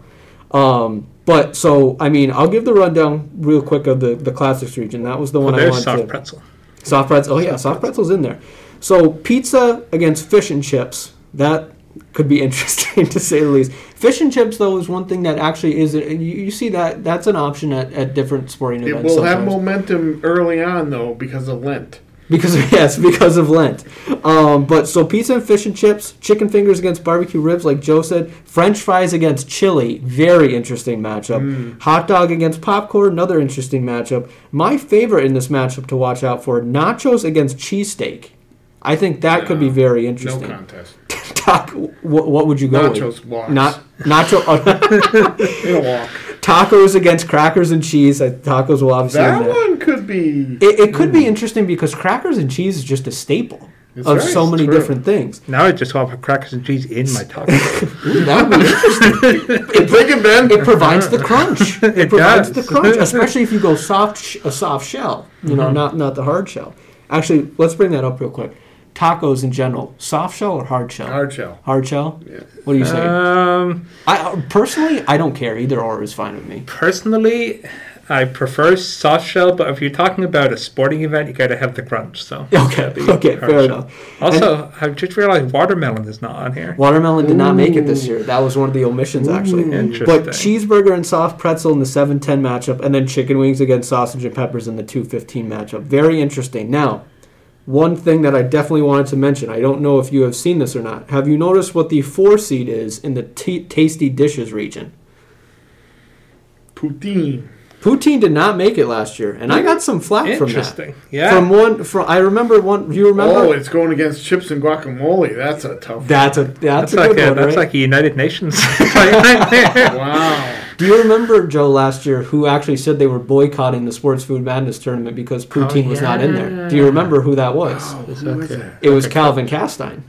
[SPEAKER 1] Um, but so I mean, I'll give the rundown real quick of the the classics region. That was the
[SPEAKER 3] Well,
[SPEAKER 1] one I
[SPEAKER 3] Oh, there's
[SPEAKER 1] wanted
[SPEAKER 3] soft
[SPEAKER 1] to
[SPEAKER 3] pretzel.
[SPEAKER 1] soft pretzel. Oh yeah, soft pretzel's in there. So pizza against fish and chips. That could be interesting to say the least. Fish and chips though is one thing that actually is you, you see that that's an option at, at different sporting
[SPEAKER 2] It
[SPEAKER 1] events.
[SPEAKER 2] will have
[SPEAKER 1] sometimes.
[SPEAKER 2] momentum early on though because of Lent.
[SPEAKER 1] Because yes, because of Lent. Um, but so pizza and fish and chips, chicken fingers against barbecue ribs, like Joe said, French fries against chili, very interesting matchup.
[SPEAKER 2] Mm.
[SPEAKER 1] Hot dog against popcorn, another interesting matchup. My favorite in this matchup to watch out for: nachos against cheesesteak. I think that could be
[SPEAKER 2] No.
[SPEAKER 1] very
[SPEAKER 2] No
[SPEAKER 1] interesting.
[SPEAKER 2] contest.
[SPEAKER 1] Taco- what, what would you go
[SPEAKER 2] Nachos
[SPEAKER 1] with?
[SPEAKER 2] walks.
[SPEAKER 1] Not nacho
[SPEAKER 2] in a walk.
[SPEAKER 1] tacos against crackers and cheese. Uh, Tacos will obviously. win
[SPEAKER 2] That
[SPEAKER 1] that.
[SPEAKER 2] one could be.
[SPEAKER 1] It, it could be interesting because crackers and cheese is just a staple
[SPEAKER 2] It's
[SPEAKER 1] of
[SPEAKER 2] right,
[SPEAKER 1] so
[SPEAKER 2] it's
[SPEAKER 1] many
[SPEAKER 2] true.
[SPEAKER 1] different things.
[SPEAKER 3] Now I just want crackers and cheese in my taco.
[SPEAKER 1] Ooh, that would be interesting.
[SPEAKER 2] Think it, Ben.
[SPEAKER 1] It provides the crunch. It,
[SPEAKER 3] It
[SPEAKER 1] provides
[SPEAKER 3] does.
[SPEAKER 1] the crunch, especially if you go soft sh- a soft shell. You know, not not the hard shell. Actually, let's bring that up real quick. Tacos in general, soft shell or hard shell?
[SPEAKER 2] Hard shell.
[SPEAKER 1] Hard shell. What do you say?
[SPEAKER 3] um,
[SPEAKER 1] I uh, personally, I don't care. Either or is fine with me.
[SPEAKER 3] personally, I prefer soft shell, but if you're talking about a sporting event, you got to have the crunch. So
[SPEAKER 1] Okay.
[SPEAKER 3] gotta be
[SPEAKER 1] Okay.
[SPEAKER 3] hard
[SPEAKER 1] Fair
[SPEAKER 3] shell.
[SPEAKER 1] enough.
[SPEAKER 3] Also, I've just realized watermelon is not on here.
[SPEAKER 1] Watermelon did not make it this year. That was one of the omissions, actually. But
[SPEAKER 3] Interesting.
[SPEAKER 1] cheeseburger and soft pretzel in the 710 matchup, and then chicken wings against sausage and peppers in the 215 matchup. Very interesting. Now, one thing that I definitely wanted to mention I don't know if you have seen this or not. Have you noticed what the four seed is in the t- tasty dishes region?
[SPEAKER 2] Poutine.
[SPEAKER 1] Poutine did not make it last year, and I got some flack from that.
[SPEAKER 3] Interesting. Yeah.
[SPEAKER 1] From one, from I remember one. You remember?
[SPEAKER 2] Oh, it's going against chips and guacamole. That's a tough
[SPEAKER 1] that's a that's,
[SPEAKER 3] that's
[SPEAKER 1] a
[SPEAKER 3] like
[SPEAKER 1] good
[SPEAKER 3] a,
[SPEAKER 1] one,
[SPEAKER 3] that's
[SPEAKER 1] right?
[SPEAKER 3] like a United Nations fight right there.
[SPEAKER 2] one. Wow.
[SPEAKER 1] Do you remember Joe last year who actually said they were boycotting the Sports Food Madness tournament because
[SPEAKER 2] Oh,
[SPEAKER 1] poutine was not in there? Do you remember who that was?
[SPEAKER 2] Who is that?
[SPEAKER 1] It was Calvin Castine.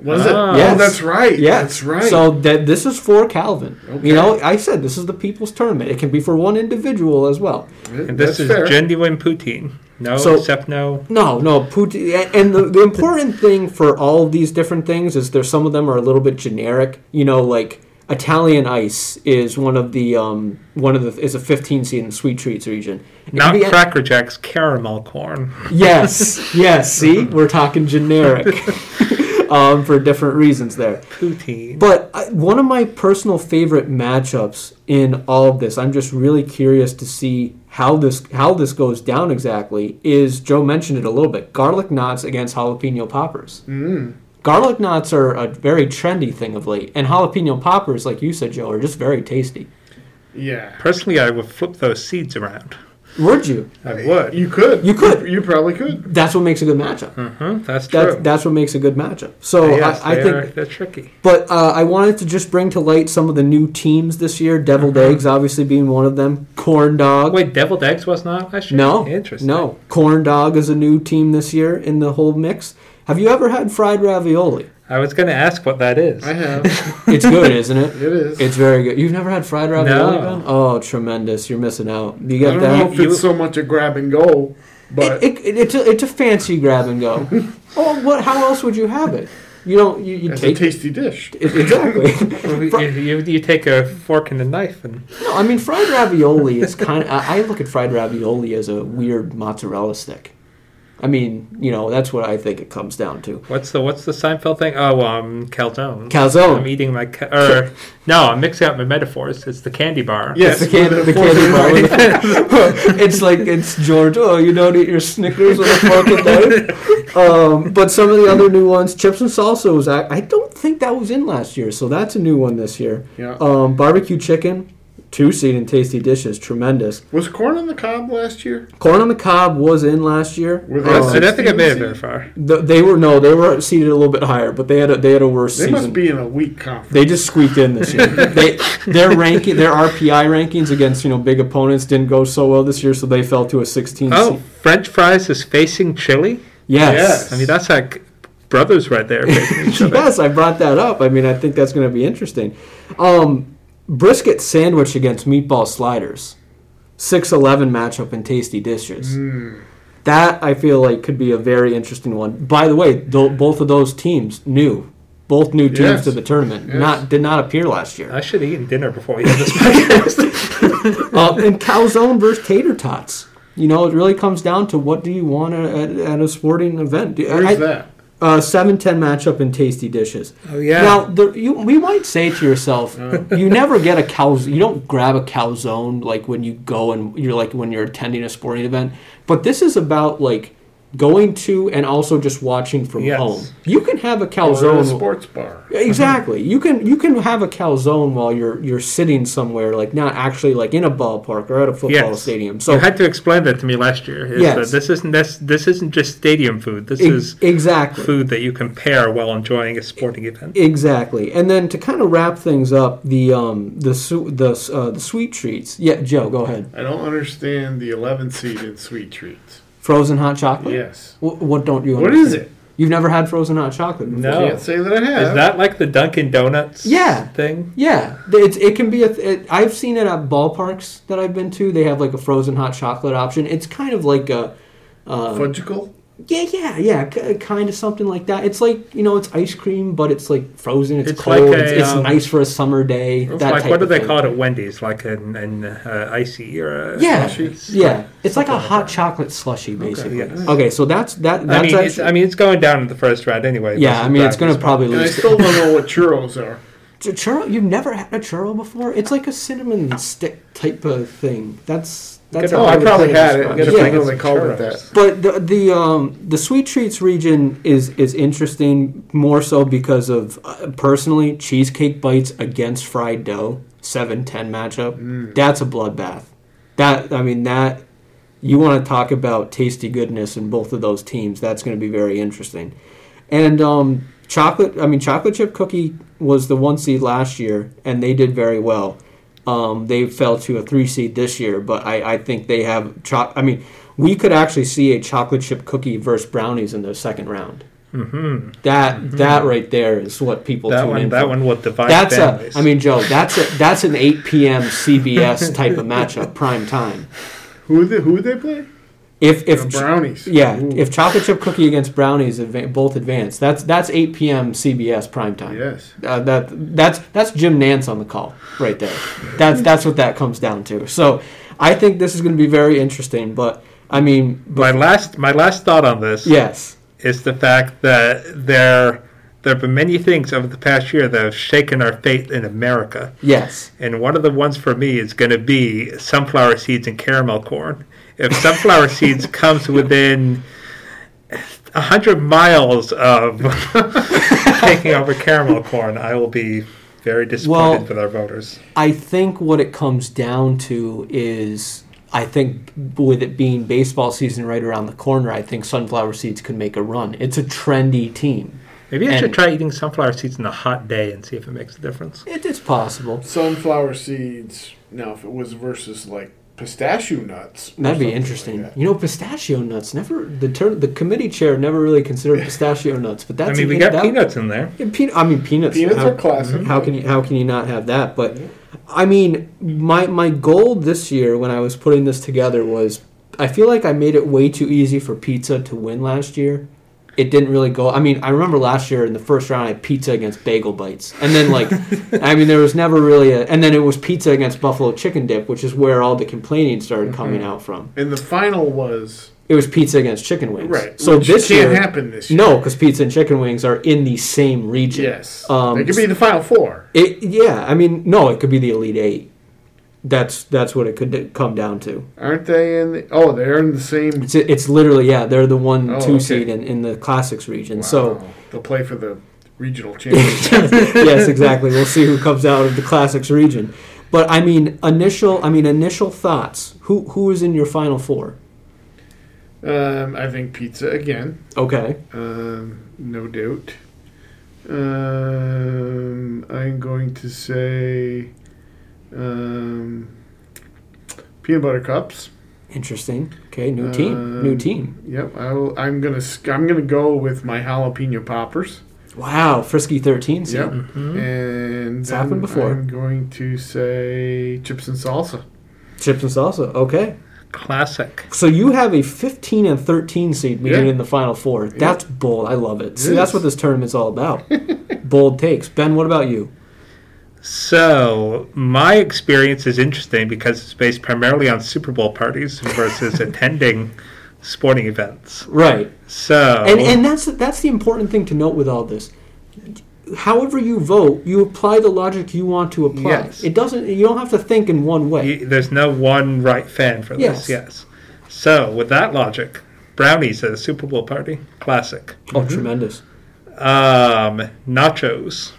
[SPEAKER 2] Was it?
[SPEAKER 3] Ah.
[SPEAKER 2] Oh,
[SPEAKER 1] Yes.
[SPEAKER 2] that's right.
[SPEAKER 1] Yeah,
[SPEAKER 2] That's right.
[SPEAKER 1] So that this is for Calvin.
[SPEAKER 2] Okay.
[SPEAKER 1] You know, I said this is the people's tournament. It can be for one individual as well.
[SPEAKER 2] Th-
[SPEAKER 3] And this
[SPEAKER 2] that's
[SPEAKER 3] is
[SPEAKER 2] fair.
[SPEAKER 3] genuine poutine. No,
[SPEAKER 1] So-
[SPEAKER 3] except no.
[SPEAKER 1] No, no, poutine. And the, the important thing for all of these different things is there's some of them are a little bit generic. You know, like Italian ice is one of the um one of the is a 15 seed in the sweet treats region. It
[SPEAKER 3] Not
[SPEAKER 1] could be-
[SPEAKER 3] Cracker Jacks, caramel corn.
[SPEAKER 1] Yes, yes. See, we're talking generic um, for different reasons there.
[SPEAKER 3] Poutine.
[SPEAKER 1] But I, one of my personal favorite matchups in all of this, I'm just really curious to see how this how this goes down exactly. Is Joe mentioned it a little bit? Garlic knots against jalapeno poppers.
[SPEAKER 2] Mm.
[SPEAKER 1] Garlic knots are a very trendy thing of late, and jalapeno poppers, like you said, Joe, are just very tasty.
[SPEAKER 2] Yeah.
[SPEAKER 3] Personally, I would flip those seeds around.
[SPEAKER 1] Would you?
[SPEAKER 3] I would.
[SPEAKER 2] You could.
[SPEAKER 1] You could.
[SPEAKER 2] You, probably could.
[SPEAKER 1] That's what makes a good matchup.
[SPEAKER 3] Mhm, that's true.
[SPEAKER 1] That's, that's what makes a good matchup. So
[SPEAKER 3] yes,
[SPEAKER 1] I, I
[SPEAKER 3] they
[SPEAKER 1] think
[SPEAKER 3] are, they're tricky.
[SPEAKER 1] But uh, I wanted to just bring to light some of the new teams this year. Deviled
[SPEAKER 2] Uh-huh.
[SPEAKER 1] Eggs, obviously, being one of them. Corn Dog.
[SPEAKER 3] Wait, deviled eggs was not last year?
[SPEAKER 1] no.
[SPEAKER 3] Interesting.
[SPEAKER 1] No. Corn Dog is a new team this year in the whole mix. Have you ever had fried ravioli?
[SPEAKER 3] I was going to ask what that is.
[SPEAKER 2] I have. it
[SPEAKER 1] It's good, isn't it?
[SPEAKER 2] is.
[SPEAKER 1] It's very good. You've never had fried ravioli?
[SPEAKER 3] No.
[SPEAKER 1] Ben? Oh, tremendous. You're missing out. You
[SPEAKER 2] I
[SPEAKER 1] get
[SPEAKER 2] don't
[SPEAKER 1] that?
[SPEAKER 2] know if
[SPEAKER 3] You-
[SPEAKER 2] it's so much a grab and go, but
[SPEAKER 1] it, it, it's, a, it's a fancy grab and go. oh, what? How else would you have it? You don't. You, you
[SPEAKER 2] it's a
[SPEAKER 1] take.
[SPEAKER 2] tasty dish.
[SPEAKER 1] exactly.
[SPEAKER 3] Well,
[SPEAKER 1] Fri-
[SPEAKER 3] you, you, you take a fork and a knife and
[SPEAKER 1] No, I mean fried ravioli is kind of. I I look at fried ravioli as a weird mozzarella stick. I mean, you know, that's what I think it comes down to.
[SPEAKER 3] what's the what's the Seinfeld thing? Oh, um, calzone. I'm
[SPEAKER 1] Calzone.
[SPEAKER 3] eating my ca- or no, I'm mixing up my metaphors. It's the candy bar.
[SPEAKER 2] Yes,
[SPEAKER 1] the candy,
[SPEAKER 2] with
[SPEAKER 1] the
[SPEAKER 2] a fork
[SPEAKER 1] candy
[SPEAKER 2] and
[SPEAKER 1] bar.
[SPEAKER 2] knife.
[SPEAKER 1] it's like it's George. Oh, you don't eat your Snickers with a fork and knife. Um, but some of the other new ones, chips and salsa was. I, I don't think that was in last year, so that's a new one this year.
[SPEAKER 2] Yeah.
[SPEAKER 1] Um, barbecue chicken, two seed and tasty dishes, tremendous.
[SPEAKER 2] Was corn on the cob last year?
[SPEAKER 1] Corn on the cob was in last year.
[SPEAKER 2] Were they
[SPEAKER 3] That's-
[SPEAKER 1] Um,
[SPEAKER 3] I don't think I made it
[SPEAKER 2] 16?
[SPEAKER 3] very far.
[SPEAKER 1] The, they were no, they were seated a little bit higher, but they had a they had a worse
[SPEAKER 2] They
[SPEAKER 1] season.
[SPEAKER 2] must be in a weak conference.
[SPEAKER 1] They just squeaked in this year. they, their ranking, their RPI rankings against you know big opponents didn't go so well this year, so they fell to a 16.
[SPEAKER 3] Oh,
[SPEAKER 1] seed.
[SPEAKER 3] French fries is facing chili.
[SPEAKER 1] yes,
[SPEAKER 3] I mean that's like brothers right there. Facing each other.
[SPEAKER 1] yes, I brought that up. I mean, I think that's going to be interesting. Um, brisket sandwich against meatball sliders, 6-11 matchup in tasty dishes.
[SPEAKER 2] Hmm.
[SPEAKER 1] That I feel like could be a very interesting one. By the way, tho- both of those teams new, both new teams
[SPEAKER 2] Yes.
[SPEAKER 1] to the tournament.
[SPEAKER 2] Yes.
[SPEAKER 1] Not did not appear last year.
[SPEAKER 3] I should have eaten dinner before we had this podcast.
[SPEAKER 1] uh, and calzone versus tater tots. You know, it really comes down to what do you want at, at a sporting event. Do-
[SPEAKER 2] Where's
[SPEAKER 1] I-
[SPEAKER 2] that?
[SPEAKER 1] Uh, 7 10 matchup in Tasty Dishes.
[SPEAKER 3] Oh, yeah.
[SPEAKER 1] Now, there, you, we might say to yourself, you never get a calzone. You don't grab a calzone like when you go and you're like when you're attending a sporting event. But this is about like going to and also just watching from
[SPEAKER 3] Yes.
[SPEAKER 1] home. You can have a
[SPEAKER 2] Or a
[SPEAKER 1] calzone
[SPEAKER 2] sports bar.
[SPEAKER 1] Exactly. You can you can have a calzone while you're you're sitting somewhere, like not actually like in a ballpark or at a football
[SPEAKER 3] Yes.
[SPEAKER 1] stadium. So
[SPEAKER 3] you had to explain that to me last year. is
[SPEAKER 1] Yes.
[SPEAKER 3] that this isn't this this isn't just stadium food. This
[SPEAKER 1] e-
[SPEAKER 3] is
[SPEAKER 1] exactly.
[SPEAKER 3] food that you can pair while enjoying a sporting event.
[SPEAKER 1] Exactly. And then to kind of wrap things up, the um the su- the uh, the sweet treats. Yeah, Joe, go ahead.
[SPEAKER 2] I don't understand the 11 seed in sweet treats.
[SPEAKER 1] Frozen hot chocolate.
[SPEAKER 2] Yes.
[SPEAKER 1] Wh- what don't you?
[SPEAKER 2] What
[SPEAKER 1] understand?
[SPEAKER 2] is it?
[SPEAKER 1] You've never had frozen hot chocolate. Before.
[SPEAKER 3] No.
[SPEAKER 2] Can't say that I have.
[SPEAKER 3] Is that like the Dunkin' Donuts
[SPEAKER 1] Oh. Yeah.
[SPEAKER 3] thing?
[SPEAKER 1] Yeah, it's, it can be a. Th- it, I've seen it at ballparks that I've been to. They have like a frozen hot chocolate option. It's kind of like a. Um,
[SPEAKER 2] fudgicle?
[SPEAKER 1] Yeah, yeah, yeah, k- kind of something like that. It's like you know, it's ice cream, but it's like frozen. It's,
[SPEAKER 3] It's
[SPEAKER 1] cold.
[SPEAKER 3] like
[SPEAKER 1] it's,
[SPEAKER 3] a,
[SPEAKER 1] it's
[SPEAKER 3] um,
[SPEAKER 1] nice for a summer day.
[SPEAKER 3] It's
[SPEAKER 1] that
[SPEAKER 3] like
[SPEAKER 1] type
[SPEAKER 3] what do
[SPEAKER 1] of
[SPEAKER 3] they
[SPEAKER 1] thing.
[SPEAKER 3] call it at Wendy's? Like an, an uh, icy or a
[SPEAKER 1] Yeah,
[SPEAKER 3] slushy?
[SPEAKER 1] yeah. It's like a
[SPEAKER 3] Something like
[SPEAKER 1] hot
[SPEAKER 3] that.
[SPEAKER 1] chocolate slushy, basically. Okay,
[SPEAKER 3] yes.
[SPEAKER 1] so that's that. That's
[SPEAKER 3] I mean, it's,
[SPEAKER 1] actually-
[SPEAKER 3] I mean, it's going down in the first round anyway.
[SPEAKER 1] yeah. I mean, it's going to probably
[SPEAKER 2] And I
[SPEAKER 1] lose.
[SPEAKER 2] still don't know what churros are.
[SPEAKER 1] Ch- Churro? You've never had a churro before? It's like a cinnamon stick type of thing. That's that's.
[SPEAKER 3] Good
[SPEAKER 1] how
[SPEAKER 2] Oh, I
[SPEAKER 1] would
[SPEAKER 2] probably
[SPEAKER 1] put
[SPEAKER 2] had it.
[SPEAKER 1] describe
[SPEAKER 2] I
[SPEAKER 3] Gotta
[SPEAKER 2] just
[SPEAKER 1] Yeah.
[SPEAKER 2] don't know
[SPEAKER 3] bring
[SPEAKER 2] they
[SPEAKER 3] it
[SPEAKER 2] called
[SPEAKER 3] some
[SPEAKER 2] it that.
[SPEAKER 3] churros.
[SPEAKER 1] But the the um, the sweet treats region is is interesting more so because of uh, personally cheesecake bites against fried dough 7-10 matchup.
[SPEAKER 2] Mm.
[SPEAKER 1] That's a bloodbath. That I mean that you want to talk about tasty goodness in both of those teams. That's going to be very interesting. And um, chocolate, I mean chocolate chip cookie was the one seed last year, and they did very well. Um, they fell to a three seed this year, but I, I think they have. Cho- I mean, we could actually see a chocolate chip cookie versus brownies in the second round.
[SPEAKER 3] hmm
[SPEAKER 1] That that right there is what people
[SPEAKER 3] That
[SPEAKER 1] tune
[SPEAKER 3] one,
[SPEAKER 1] in
[SPEAKER 3] that
[SPEAKER 1] for.
[SPEAKER 3] one will divide
[SPEAKER 1] That's
[SPEAKER 3] families.
[SPEAKER 1] a. I mean, Joe, that's a that's an eight p.m. CBS type of matchup, prime time.
[SPEAKER 2] Who they, who they play?
[SPEAKER 1] If if
[SPEAKER 2] They're brownies.
[SPEAKER 1] yeah,
[SPEAKER 2] Ooh.
[SPEAKER 1] if chocolate chip cookie against brownies adva- both advance, that's that's 8 p.m. CBS primetime.
[SPEAKER 2] Yes.
[SPEAKER 1] Uh, that that's that's Jim Nance on the call right there. That's that's what that comes down to. So I think this is going to be very interesting. But I mean, but
[SPEAKER 3] My last my last thought on this
[SPEAKER 1] yes,
[SPEAKER 3] is the fact that there there have been many things over the past year that have shaken our faith in America.
[SPEAKER 1] yes,
[SPEAKER 3] And one of the ones for me is going to be sunflower seeds and caramel corn. If sunflower seeds comes within a hundred miles of taking over caramel corn, I will be very disappointed
[SPEAKER 1] Well-
[SPEAKER 3] with our voters.
[SPEAKER 1] I think what it comes down to is I think with it being baseball season right around the corner, I think sunflower seeds could make a run. It's a trendy team.
[SPEAKER 3] Maybe I
[SPEAKER 1] And-
[SPEAKER 3] should try eating sunflower seeds on a hot day and see if it makes a difference.
[SPEAKER 1] It, it's possible.
[SPEAKER 2] Sunflower seeds. Now, if it was versus like pistachio nuts, or
[SPEAKER 1] That'd
[SPEAKER 2] something
[SPEAKER 1] be
[SPEAKER 2] like
[SPEAKER 1] interesting.
[SPEAKER 2] that.
[SPEAKER 1] you know, pistachio nuts never the turn the committee chair never really considered pistachio nuts, but that's
[SPEAKER 3] I mean, we
[SPEAKER 1] an-
[SPEAKER 3] got
[SPEAKER 1] that-
[SPEAKER 3] peanuts in there.
[SPEAKER 1] Yeah, peanut. I mean, peanuts.
[SPEAKER 2] Peanuts
[SPEAKER 1] how,
[SPEAKER 2] are classic. Mm-hmm.
[SPEAKER 1] How can you how can you not have that? But I mean, my my goal this year when I was putting this together was I feel like I made it way too easy for pizza to win last year. It didn't really go. I mean, I remember last year in the first round I had pizza against bagel bites, and then like, I mean, there was never really a. And then it was pizza against buffalo chicken dip, which is where all the complaining
[SPEAKER 2] Mm-hmm.
[SPEAKER 1] started coming out from.
[SPEAKER 2] And the final was
[SPEAKER 1] It was pizza against chicken wings.
[SPEAKER 2] right.
[SPEAKER 1] So
[SPEAKER 2] which
[SPEAKER 1] this
[SPEAKER 2] can't
[SPEAKER 1] year,
[SPEAKER 2] happen this year.
[SPEAKER 1] no, because pizza and chicken wings are in the same region.
[SPEAKER 2] Yes.
[SPEAKER 1] Um,
[SPEAKER 2] it could be the final four.
[SPEAKER 1] It yeah, I mean no, it could be the elite eight. That's that's what it could d- come down to.
[SPEAKER 2] Aren't they in the? Oh, they're in the same.
[SPEAKER 1] It's it's literally yeah, they're the one
[SPEAKER 2] Oh,
[SPEAKER 1] two
[SPEAKER 2] okay.
[SPEAKER 1] seed in, in the classics region. So
[SPEAKER 2] Wow. they'll play for the regional championship.
[SPEAKER 1] yes, exactly. We'll see who comes out of the classics region. But I mean initial I mean initial thoughts. Who who is in your final four?
[SPEAKER 2] um, I think pizza again.
[SPEAKER 1] Okay.
[SPEAKER 2] Um, no doubt. Um, I'm going to say um, peanut butter cups.
[SPEAKER 1] Interesting. Okay, new team. New
[SPEAKER 2] Um,
[SPEAKER 1] team.
[SPEAKER 2] Yep, I will, I'm gonna sk- I'm gonna go with my jalapeno poppers.
[SPEAKER 1] Wow, Frisky thirteen seed.
[SPEAKER 2] Yep,
[SPEAKER 3] Mhm.
[SPEAKER 2] and
[SPEAKER 1] mm-hmm. It's
[SPEAKER 2] then
[SPEAKER 1] happened before.
[SPEAKER 2] I'm going to say chips and salsa.
[SPEAKER 1] Chips and salsa. Okay.
[SPEAKER 3] Classic.
[SPEAKER 1] So you have a 15 and 13 seed meeting
[SPEAKER 2] Yeah.
[SPEAKER 1] in the final four. That's bold. I love it. See,
[SPEAKER 2] It
[SPEAKER 1] that's
[SPEAKER 2] is.
[SPEAKER 1] what this tournament's all about. bold takes. Ben, what about you?
[SPEAKER 3] So, my experience is interesting because it's based primarily on Super Bowl parties versus attending sporting events.
[SPEAKER 1] Right.
[SPEAKER 3] So,
[SPEAKER 1] And and that's that's the important thing to note with all this. However you vote, you apply the logic you want to apply.
[SPEAKER 3] Yes.
[SPEAKER 1] It doesn't you don't have to think in one way.
[SPEAKER 3] y- there's no one right fan for
[SPEAKER 1] Yes.
[SPEAKER 3] this. Yes. So, with that logic, brownies at a Super Bowl party, classic.
[SPEAKER 1] Oh, tremendous.
[SPEAKER 3] Um, nachos,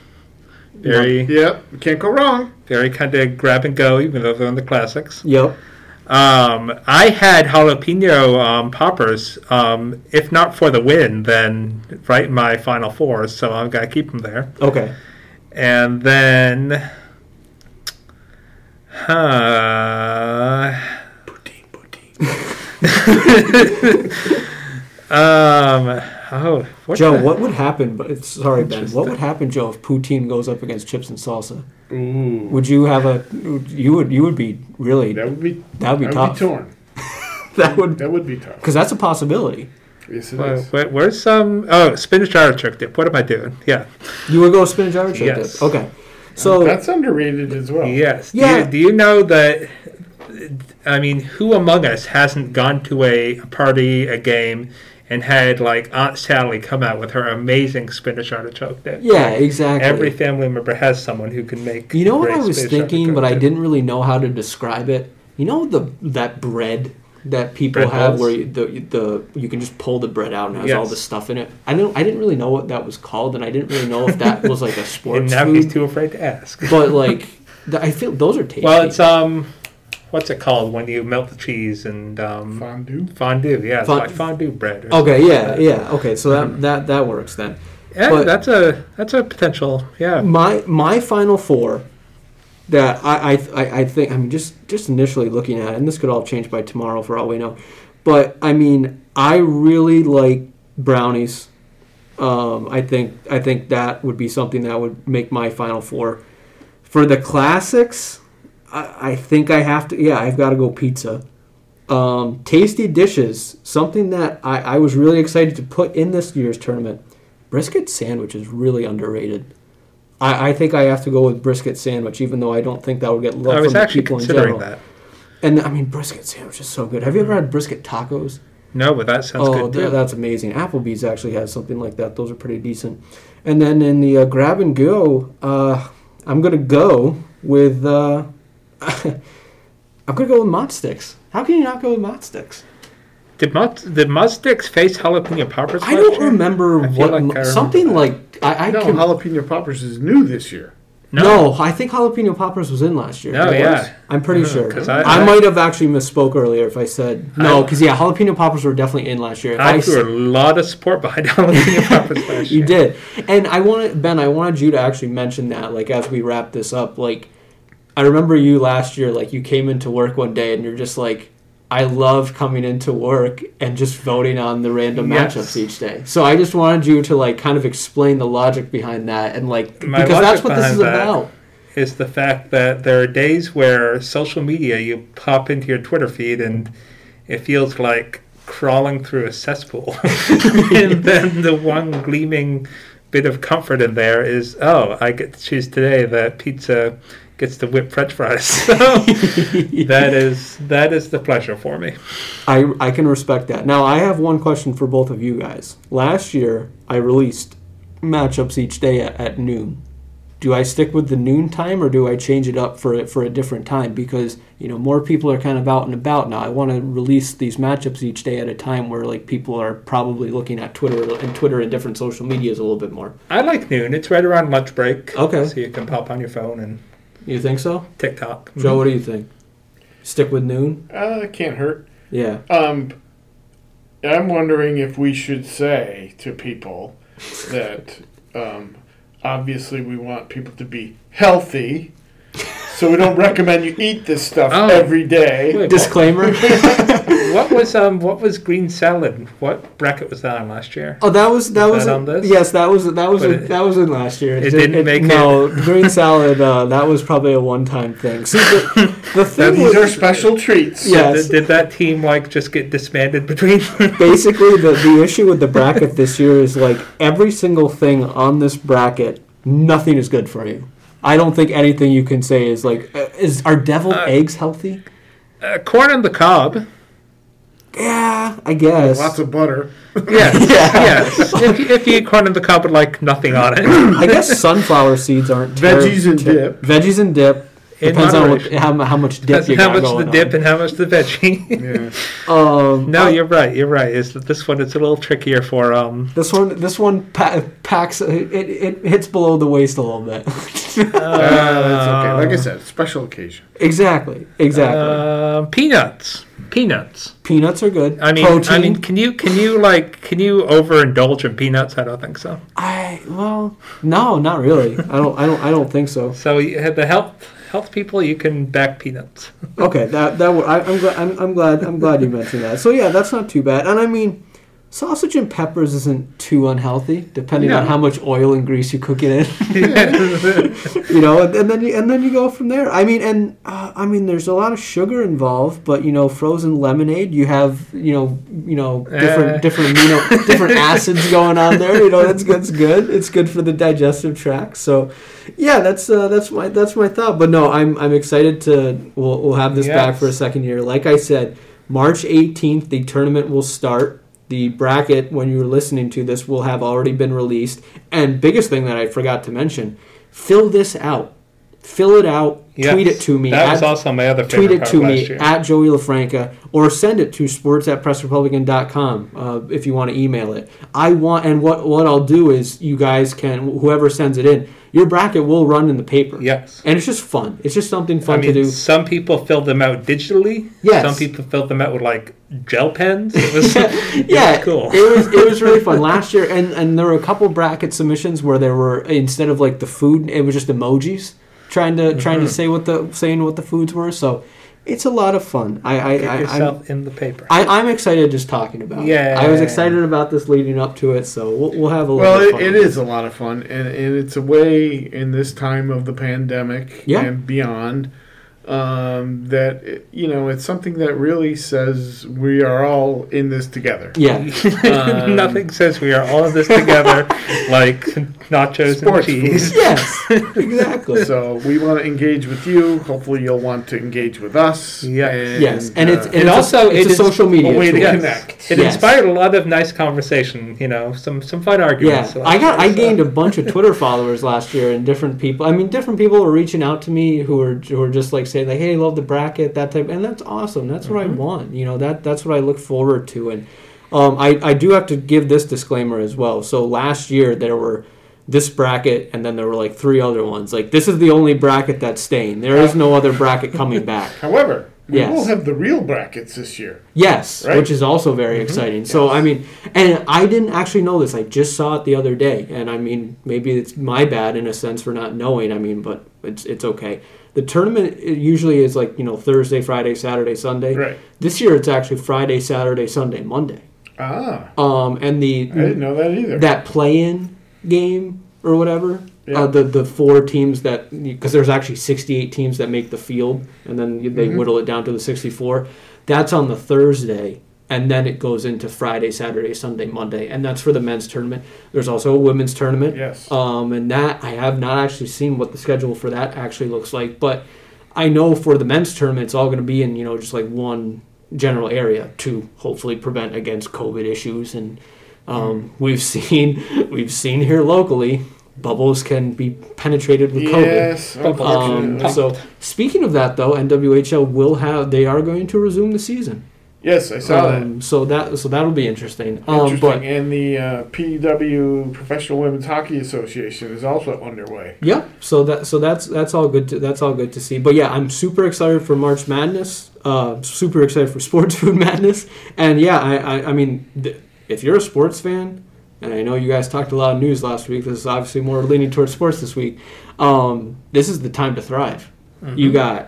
[SPEAKER 3] very,
[SPEAKER 2] Yep, can't go wrong.
[SPEAKER 3] very kind of grab and go, even though they're in the classics.
[SPEAKER 1] Yep.
[SPEAKER 3] Um, I had jalapeno um, poppers. Um, if not for the win, then right in my final four, so I'm gonna keep them there.
[SPEAKER 1] Okay.
[SPEAKER 3] And then, huh?
[SPEAKER 2] Poutine, poutine.
[SPEAKER 3] Um, oh, what
[SPEAKER 1] Joe,
[SPEAKER 3] the-
[SPEAKER 1] what would happen but it's- sorry Ben, what would happen, Joe, if poutine goes up against chips and salsa?
[SPEAKER 2] Ooh,
[SPEAKER 1] Would you have a you would you would be really
[SPEAKER 2] that would be
[SPEAKER 1] That would be
[SPEAKER 2] that
[SPEAKER 1] tough.
[SPEAKER 2] Would be torn.
[SPEAKER 1] that would
[SPEAKER 2] That would be tough.
[SPEAKER 1] Because that's a possibility.
[SPEAKER 2] Yes, it
[SPEAKER 3] Where,
[SPEAKER 2] is.
[SPEAKER 3] uh, where- where's some? Oh, spinach artichoke dip. What am I doing? Yeah.
[SPEAKER 1] You would go spinach artichoke dip.
[SPEAKER 3] Yes. Uh,
[SPEAKER 1] Okay. So
[SPEAKER 2] That's underrated as well.
[SPEAKER 3] Yes.
[SPEAKER 1] Yeah.
[SPEAKER 3] Do, you, do you know that? I mean, who among us hasn't gone to a party, a game, and had like Aunt Sally come out with her amazing spinach artichoke dip?
[SPEAKER 1] yeah, exactly.
[SPEAKER 3] Every family member has someone who can make.
[SPEAKER 1] you know what
[SPEAKER 3] great
[SPEAKER 1] I was
[SPEAKER 3] spinach
[SPEAKER 1] thinking,
[SPEAKER 3] artichoke
[SPEAKER 1] but I
[SPEAKER 3] dip.
[SPEAKER 1] didn't really know how to describe it. You know the that bread that people
[SPEAKER 3] Bread
[SPEAKER 1] have
[SPEAKER 3] balls?
[SPEAKER 1] where you, the the you can just pull the bread out and it has all
[SPEAKER 3] Yes.
[SPEAKER 1] the stuff in it. I don't I didn't really know what that was called, and I didn't really know if that was like a
[SPEAKER 3] And
[SPEAKER 1] sports
[SPEAKER 3] now
[SPEAKER 1] food.
[SPEAKER 3] he's too afraid to ask.
[SPEAKER 1] but like, the, I feel those are tasty.
[SPEAKER 3] Well, it's um, what's it called when you melt the cheese and um,
[SPEAKER 2] Fondue.
[SPEAKER 3] fondue? Yeah, it's
[SPEAKER 1] Fond-
[SPEAKER 3] like fondue bread. Or
[SPEAKER 1] okay.
[SPEAKER 3] something
[SPEAKER 1] Yeah,
[SPEAKER 3] like
[SPEAKER 1] yeah. Okay, so that that that works then.
[SPEAKER 3] that. Yeah,
[SPEAKER 1] but-
[SPEAKER 3] that's a that's a potential. Yeah.
[SPEAKER 1] my my final four that I I, I, I think I'm just just initially looking at, and this could all change by tomorrow for all we know. But I mean, I really like brownies. Um, I think I think that would be something that would make my final four. For the classics, I, I think I have to. Yeah, I've got to go pizza. Um, tasty dishes, something that I, I was really excited to put in this year's tournament. Brisket sandwich is really underrated. I, I think I have to go with brisket sandwich, even though I don't think that would get love
[SPEAKER 3] I was
[SPEAKER 1] from the
[SPEAKER 3] actually
[SPEAKER 1] people in general.
[SPEAKER 3] considering that.
[SPEAKER 1] And I mean, brisket sandwich is so good. Have you ever had brisket tacos?
[SPEAKER 3] No, but that sounds
[SPEAKER 1] oh,
[SPEAKER 3] good.
[SPEAKER 1] tha-
[SPEAKER 3] too.
[SPEAKER 1] that's amazing. Applebee's actually has something like that. Those are pretty decent. And then in the uh, grab and go, uh, I'm gonna go with uh, I'm gonna go with mod sticks. How can you not go with mod sticks?
[SPEAKER 3] Did Mud did Mud Sticks face jalapeno poppers?
[SPEAKER 1] I
[SPEAKER 3] last
[SPEAKER 1] don't
[SPEAKER 3] year?
[SPEAKER 1] remember
[SPEAKER 3] I feel
[SPEAKER 1] what
[SPEAKER 3] like I
[SPEAKER 1] mo-
[SPEAKER 3] remember
[SPEAKER 1] something
[SPEAKER 3] that.
[SPEAKER 1] like I, I
[SPEAKER 2] no,
[SPEAKER 1] can.
[SPEAKER 2] jalapeno poppers is new this year.
[SPEAKER 1] No. I think jalapeno poppers was in last year.
[SPEAKER 3] No,
[SPEAKER 1] It
[SPEAKER 3] yeah.
[SPEAKER 1] was? I'm pretty
[SPEAKER 3] No,
[SPEAKER 1] sure.
[SPEAKER 3] 'cause
[SPEAKER 1] I,
[SPEAKER 3] I- I-
[SPEAKER 1] might have actually misspoke earlier if I said no, because yeah, jalapeno poppers were definitely in last year. If
[SPEAKER 3] I
[SPEAKER 1] s-
[SPEAKER 3] threw a lot of support behind jalapeno poppers last year.
[SPEAKER 1] you did and i wanted ben i wanted you to actually mention that like as we wrap this up like i remember you last year like you came into work one day and you're just like i love coming into work and just voting on the random
[SPEAKER 3] Yes.
[SPEAKER 1] matchups each day so i just wanted you to like kind of explain the logic behind that and like
[SPEAKER 3] My
[SPEAKER 1] because that's
[SPEAKER 3] logic
[SPEAKER 1] what this is
[SPEAKER 3] behind that-
[SPEAKER 1] about
[SPEAKER 3] Is the fact that there are days where social media you pop into your Twitter feed and it feels like crawling through a cesspool, and then the one gleaming bit of comfort in there is oh I get to choose today that pizza gets to whip French fries. So that is that is the pleasure for me.
[SPEAKER 1] I, I can respect that. Now, I have one question for both of you guys. Last year, I released matchups each day at, at noon. Do I stick with the noon time or do I change it up for for a different time? Because you know more people are kind of out and about now. I want to release these matchups each day at a time where like people are probably looking at Twitter and Twitter and different social medias a little bit more.
[SPEAKER 3] I like noon. It's right around lunch break.
[SPEAKER 1] Okay.
[SPEAKER 3] So you can pop on your phone and
[SPEAKER 1] You think so,
[SPEAKER 3] TikTok.
[SPEAKER 1] Joe? What do you think? Stick with noon?
[SPEAKER 2] Uh, can't hurt.
[SPEAKER 1] Yeah.
[SPEAKER 2] Um, I'm wondering if we should say to people that um, obviously we want people to be healthy, so we don't recommend you eat this stuff
[SPEAKER 3] Oh.
[SPEAKER 2] every day.
[SPEAKER 3] Wait,
[SPEAKER 1] Disclaimer.
[SPEAKER 3] What was um what was green salad? What bracket was that on last year?
[SPEAKER 1] Oh, that was that
[SPEAKER 3] Is
[SPEAKER 1] was
[SPEAKER 3] that on this?
[SPEAKER 1] yes, that was that was
[SPEAKER 3] But it-
[SPEAKER 1] that was in last year.
[SPEAKER 3] it didn't make it.
[SPEAKER 1] no green salad. Uh, that was probably a one time thing. See, the, the thing
[SPEAKER 2] These are
[SPEAKER 1] was
[SPEAKER 2] special treats.
[SPEAKER 1] Yeah.
[SPEAKER 3] Did-
[SPEAKER 1] Yes.
[SPEAKER 3] Did, that team like just get disbanded between?
[SPEAKER 1] basically the the issue with the bracket this year is like every single thing on this bracket, nothing is good for you. I don't think anything you can say is like uh, is are deviled
[SPEAKER 3] Uh,
[SPEAKER 1] eggs healthy?
[SPEAKER 3] uh, corn on the cob.
[SPEAKER 1] Yeah, I guess.
[SPEAKER 2] Lots of butter.
[SPEAKER 3] Yes,
[SPEAKER 1] Yeah.
[SPEAKER 3] yes. If you, if you eat corn on the cob with like nothing on it,
[SPEAKER 1] I guess sunflower seeds aren't ter-
[SPEAKER 2] Veggies and
[SPEAKER 1] ter-
[SPEAKER 2] dip.
[SPEAKER 1] Veggies and dip.
[SPEAKER 3] In
[SPEAKER 1] Depends on what,
[SPEAKER 3] moderation.
[SPEAKER 1] how, mu- how much dip
[SPEAKER 3] that's
[SPEAKER 1] you
[SPEAKER 3] how
[SPEAKER 1] got
[SPEAKER 3] much the
[SPEAKER 1] going
[SPEAKER 3] dip and how much the veggie.
[SPEAKER 2] Yeah.
[SPEAKER 1] on. Um,
[SPEAKER 3] no, you're right. You're right. Is that this one? It's a little trickier for um.
[SPEAKER 1] This one, this one pa- packs. It, it hits below the waist a little bit.
[SPEAKER 2] Uh, that's okay. Like I said, special occasion.
[SPEAKER 1] exactly, exactly.
[SPEAKER 3] uh, peanuts. Peanuts.
[SPEAKER 1] Peanuts are good.
[SPEAKER 3] I mean,
[SPEAKER 1] protein.
[SPEAKER 3] I mean, can you can you like can you overindulge in peanuts? I don't think so.
[SPEAKER 1] I- well, no, not really. I don't, I don't, I don't think so.
[SPEAKER 3] So you had the health health people, you can back peanuts.
[SPEAKER 1] Okay, that that would, I, I'm, glad, I'm, I'm glad, I'm glad you mentioned that. So yeah, that's not too bad. And I mean, sausage and peppers isn't too unhealthy, depending on
[SPEAKER 3] No.
[SPEAKER 1] how much oil and grease you cook it in. you know, and, and then you, and then you go from there. I mean, and uh, I mean, there's a lot of sugar involved, but you know, frozen lemonade, you have you know, you know, different
[SPEAKER 3] Eh.
[SPEAKER 1] different amino different acids going on there. You know, that's that's good. It's good for the digestive tract. So, yeah, that's uh, that's my that's my thought. But no, I'm I'm excited to we'll we'll have this back
[SPEAKER 3] Yes.
[SPEAKER 1] for a second year. Like I said, March 18th, the tournament will start. The bracket, when you're listening to this, will have already been released. And biggest thing that I forgot to mention, fill this out. Fill it out. tweet it to me.
[SPEAKER 3] That
[SPEAKER 1] at-
[SPEAKER 3] was also my other favorite
[SPEAKER 1] tweet it
[SPEAKER 3] part
[SPEAKER 1] to
[SPEAKER 3] last
[SPEAKER 1] me
[SPEAKER 3] year.
[SPEAKER 1] at Joey LaFranca or send it to sports at pressrepublican.com uh, if you want to email it. I want, and what, what I'll do is you guys can, whoever sends it in, your bracket will run in the paper.
[SPEAKER 3] yes.
[SPEAKER 1] And it's just fun. It's just something
[SPEAKER 3] I
[SPEAKER 1] fun to
[SPEAKER 3] mean,
[SPEAKER 1] do.
[SPEAKER 3] some people filled them out digitally.
[SPEAKER 1] Yes.
[SPEAKER 3] Some people filled them out with like gel pens. It was, it was
[SPEAKER 1] yeah,
[SPEAKER 3] cool.
[SPEAKER 1] It was it was really fun last year, and and there were a couple bracket submissions where there were instead of like the food, it was just emojis trying to trying
[SPEAKER 3] Mm-hmm.
[SPEAKER 1] to say what the saying what the foods were. So it's a lot of fun. I I,
[SPEAKER 3] Get
[SPEAKER 1] I
[SPEAKER 3] yourself
[SPEAKER 1] I'm,
[SPEAKER 3] in the paper.
[SPEAKER 1] I, I'm excited just talking about
[SPEAKER 3] Yeah.
[SPEAKER 1] it. I was excited about this leading up to it, so we'll, we'll have a little
[SPEAKER 2] Well,
[SPEAKER 1] bit of
[SPEAKER 2] it,
[SPEAKER 1] fun.
[SPEAKER 2] it is a lot of fun, and, and it's a way in this time of the pandemic
[SPEAKER 1] Yeah.
[SPEAKER 2] and beyond um, that you know it's something that really says we are all in this together.
[SPEAKER 1] Yeah.
[SPEAKER 2] Um,
[SPEAKER 3] Nothing says we are all in this together like nachos and
[SPEAKER 2] Sports food.
[SPEAKER 3] cheese.
[SPEAKER 1] yes. Exactly.
[SPEAKER 2] So we want to engage with you. Hopefully, you'll want to engage with us.
[SPEAKER 3] Yeah.
[SPEAKER 1] yes. And it's
[SPEAKER 2] uh,
[SPEAKER 1] and, it's
[SPEAKER 3] also
[SPEAKER 1] a, it's
[SPEAKER 3] it
[SPEAKER 1] a
[SPEAKER 3] is
[SPEAKER 1] social media
[SPEAKER 2] way to
[SPEAKER 1] tool.
[SPEAKER 2] get-
[SPEAKER 3] Yes.
[SPEAKER 2] Connect.
[SPEAKER 3] It
[SPEAKER 1] Yes.
[SPEAKER 3] inspired a lot of nice conversation, you know, some some fun
[SPEAKER 1] Yeah,
[SPEAKER 3] arguments. So uh,
[SPEAKER 1] I got I
[SPEAKER 3] so-
[SPEAKER 1] gained a bunch of Twitter followers last year, and different people. I mean, different people were reaching out to me who were who were just like saying like, "Hey, love the bracket," that type, and that's awesome. That's what I
[SPEAKER 3] Mm-hmm.
[SPEAKER 1] want. You know that that's what I look forward to. And um, I I do have to give this disclaimer as well. So last year there were this bracket, and then there were like three other ones. Like this is the only bracket that's staying. There is no other bracket coming back.
[SPEAKER 2] However, we
[SPEAKER 1] Yes.
[SPEAKER 2] will have the real brackets this year.
[SPEAKER 1] Yes,
[SPEAKER 2] Right? Mm-hmm.
[SPEAKER 1] which is also very exciting. So I mean, and I didn't actually know this. I just saw it the other day, and I mean, maybe it's my bad in a sense for not knowing. I mean, but it's it's okay. The tournament it usually is like you know Thursday, Friday, Saturday, Sunday.
[SPEAKER 2] Right.
[SPEAKER 1] This year it's actually Friday, Saturday, Sunday, Monday.
[SPEAKER 2] Ah,
[SPEAKER 1] Um, and the
[SPEAKER 2] I didn't know that either.
[SPEAKER 1] that play-in game or whatever.
[SPEAKER 2] Yeah.
[SPEAKER 1] Uh, the the four teams that because there's actually 68 teams that make the field, and then you-
[SPEAKER 2] Mm-hmm.
[SPEAKER 1] they whittle it down to the 64. That's on the Thursday, and then it goes into Friday, Saturday, Sunday, Monday, and that's for the men's tournament. There's also a women's tournament.
[SPEAKER 2] Yes.
[SPEAKER 1] Um, and that I have not actually seen what the schedule for that actually looks like, but I know for the men's tournament, it's all going to be in you know just like one general area to hopefully prevent against COVID issues. And
[SPEAKER 2] Mm.
[SPEAKER 1] um, we've seen we've seen here locally, bubbles can be penetrated with COVID.
[SPEAKER 2] yes,
[SPEAKER 1] Um,
[SPEAKER 2] unfortunately.
[SPEAKER 1] so speaking of that, though, NWHL will have they are going to resume the season.
[SPEAKER 2] yes, I saw that.
[SPEAKER 1] Um, so that so that'll be interesting. Um,
[SPEAKER 2] Interesting.
[SPEAKER 1] but
[SPEAKER 2] and the uh, PW Professional Women's Hockey Association is also underway.
[SPEAKER 1] Yeah, so that so that's that's all good. To, that's all good to see. But yeah, I'm super excited for March Madness. Uh, super excited for Sports Food Madness. And yeah, I I, I mean, th- if you're a sports fan, and I know you guys talked a lot of news last week. This is obviously more leaning towards sports this week. Um, this is the time to thrive. You got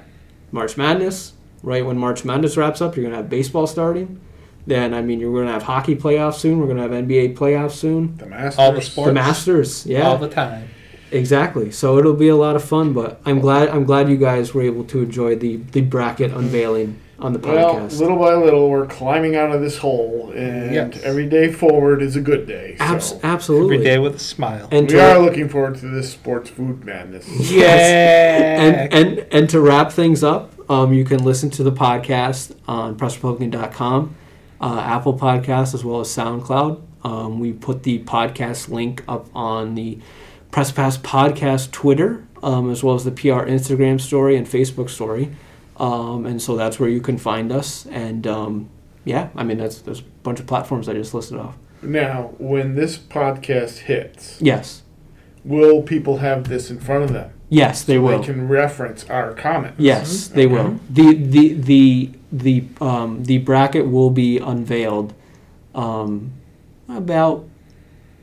[SPEAKER 1] March Madness. Right when March Madness wraps up, you're gonna have baseball starting. Then I mean, you're gonna have hockey playoffs soon. We're gonna have NBA playoffs soon.
[SPEAKER 2] The Masters.
[SPEAKER 3] All the sports.
[SPEAKER 1] The Masters, yeah,
[SPEAKER 3] all the time.
[SPEAKER 1] Exactly. So it'll be a lot of fun, but I'm glad I'm glad you guys were able to enjoy the the bracket unveiling on the
[SPEAKER 2] Well,
[SPEAKER 1] podcast.
[SPEAKER 2] little by little, we're climbing out of this hole, and
[SPEAKER 3] Yes.
[SPEAKER 2] every day forward is a good day. So
[SPEAKER 1] Abs-
[SPEAKER 3] Every
[SPEAKER 1] absolutely.
[SPEAKER 3] day with a smile.
[SPEAKER 1] And uh,
[SPEAKER 2] we
[SPEAKER 1] to-
[SPEAKER 2] are looking forward to this sports food madness.
[SPEAKER 1] and,
[SPEAKER 3] yeah.
[SPEAKER 1] and and to wrap things up, um, you can listen to the podcast on pressrepublican.com, uh, Apple Podcasts, as well as SoundCloud. Um, we put the podcast link up on the Press Pass Podcast Twitter, um, as well as the PR Instagram story and Facebook story. Um, and so that's where you can find us. And um, yeah, I mean, that's there's a bunch of platforms I just listed off.
[SPEAKER 2] now, when this podcast hits,
[SPEAKER 1] Yes.
[SPEAKER 2] will people have this in front of them?
[SPEAKER 1] Yes, they will.
[SPEAKER 2] They can reference our comments.
[SPEAKER 1] Yes, they will. The the the the um, the bracket will be unveiled um, about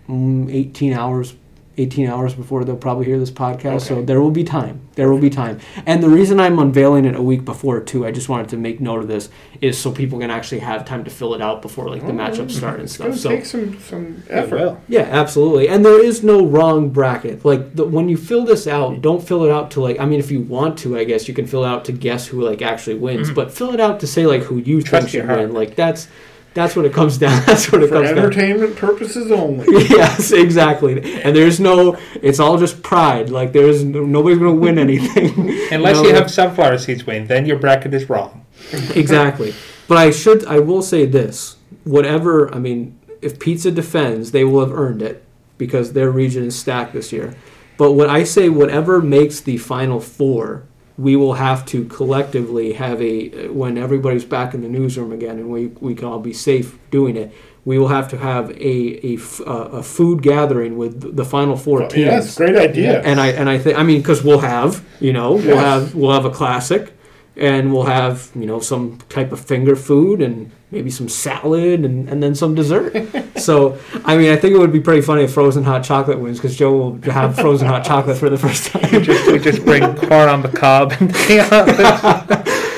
[SPEAKER 1] mm, eighteen hours. 18 hours before they'll probably hear this podcast so
[SPEAKER 2] Okay.
[SPEAKER 1] there will be time there will be time and the reason i'm unveiling it a week before too i just wanted to make note of this is so people can actually have time to fill it out before like the matchups start and
[SPEAKER 2] Oh, It's
[SPEAKER 1] stuff
[SPEAKER 2] going to
[SPEAKER 1] so
[SPEAKER 2] take some, some
[SPEAKER 3] It
[SPEAKER 2] effort.
[SPEAKER 3] will.
[SPEAKER 1] yeah, absolutely. And there is no wrong bracket. Like the, when you fill this out, don't fill it out to like. I mean, if you want to, I guess you can fill it out to guess who like actually wins. But fill it out to say like who you
[SPEAKER 3] Mm-hmm. Trust
[SPEAKER 1] think
[SPEAKER 3] your
[SPEAKER 1] should
[SPEAKER 3] heart.
[SPEAKER 1] win. Like that's that's what it comes down. That's what it
[SPEAKER 2] For
[SPEAKER 1] comes down.
[SPEAKER 2] entertainment purposes only.
[SPEAKER 1] Yes, exactly. And there's no. It's all just pride. Like there's no, nobody's gonna win anything
[SPEAKER 3] Unless
[SPEAKER 1] No,
[SPEAKER 3] you have sunflower seeds, Wayne, then your bracket is wrong.
[SPEAKER 1] exactly. But I should. I will say this. Whatever. I mean, if pizza defends, they will have earned it because their region is stacked this year. But what I say, whatever makes the final four, we will have to collectively have a when everybody's back in the newsroom again, and we we can all be safe doing it. We will have to have a a, f- uh, a food gathering with the final four
[SPEAKER 2] Well,
[SPEAKER 1] teams.
[SPEAKER 2] yes, great idea.
[SPEAKER 1] And I and I think I mean because we'll have you know we'll
[SPEAKER 2] Yes.
[SPEAKER 1] have we'll have a classic, and we'll have you know some type of finger food and maybe some salad and, and then some dessert. so I mean I think it would be pretty funny if frozen hot chocolate wins because Joe will have frozen hot chocolate for the first time.
[SPEAKER 3] Just, we just bring corn on the cob and yeah,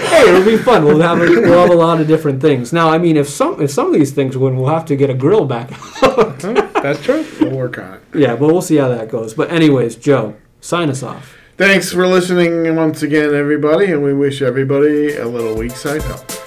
[SPEAKER 1] hey, it'll be fun. We'll have a, we'll have a lot of different things. Now I mean if some if some of these things win, we'll have to get a grill back.
[SPEAKER 3] that's true.
[SPEAKER 2] we'll work on it.
[SPEAKER 1] yeah, but we'll see how that goes. But anyways, Joe, sign us off.
[SPEAKER 2] Thanks for listening once again, everybody, and we wish everybody a little weak side help.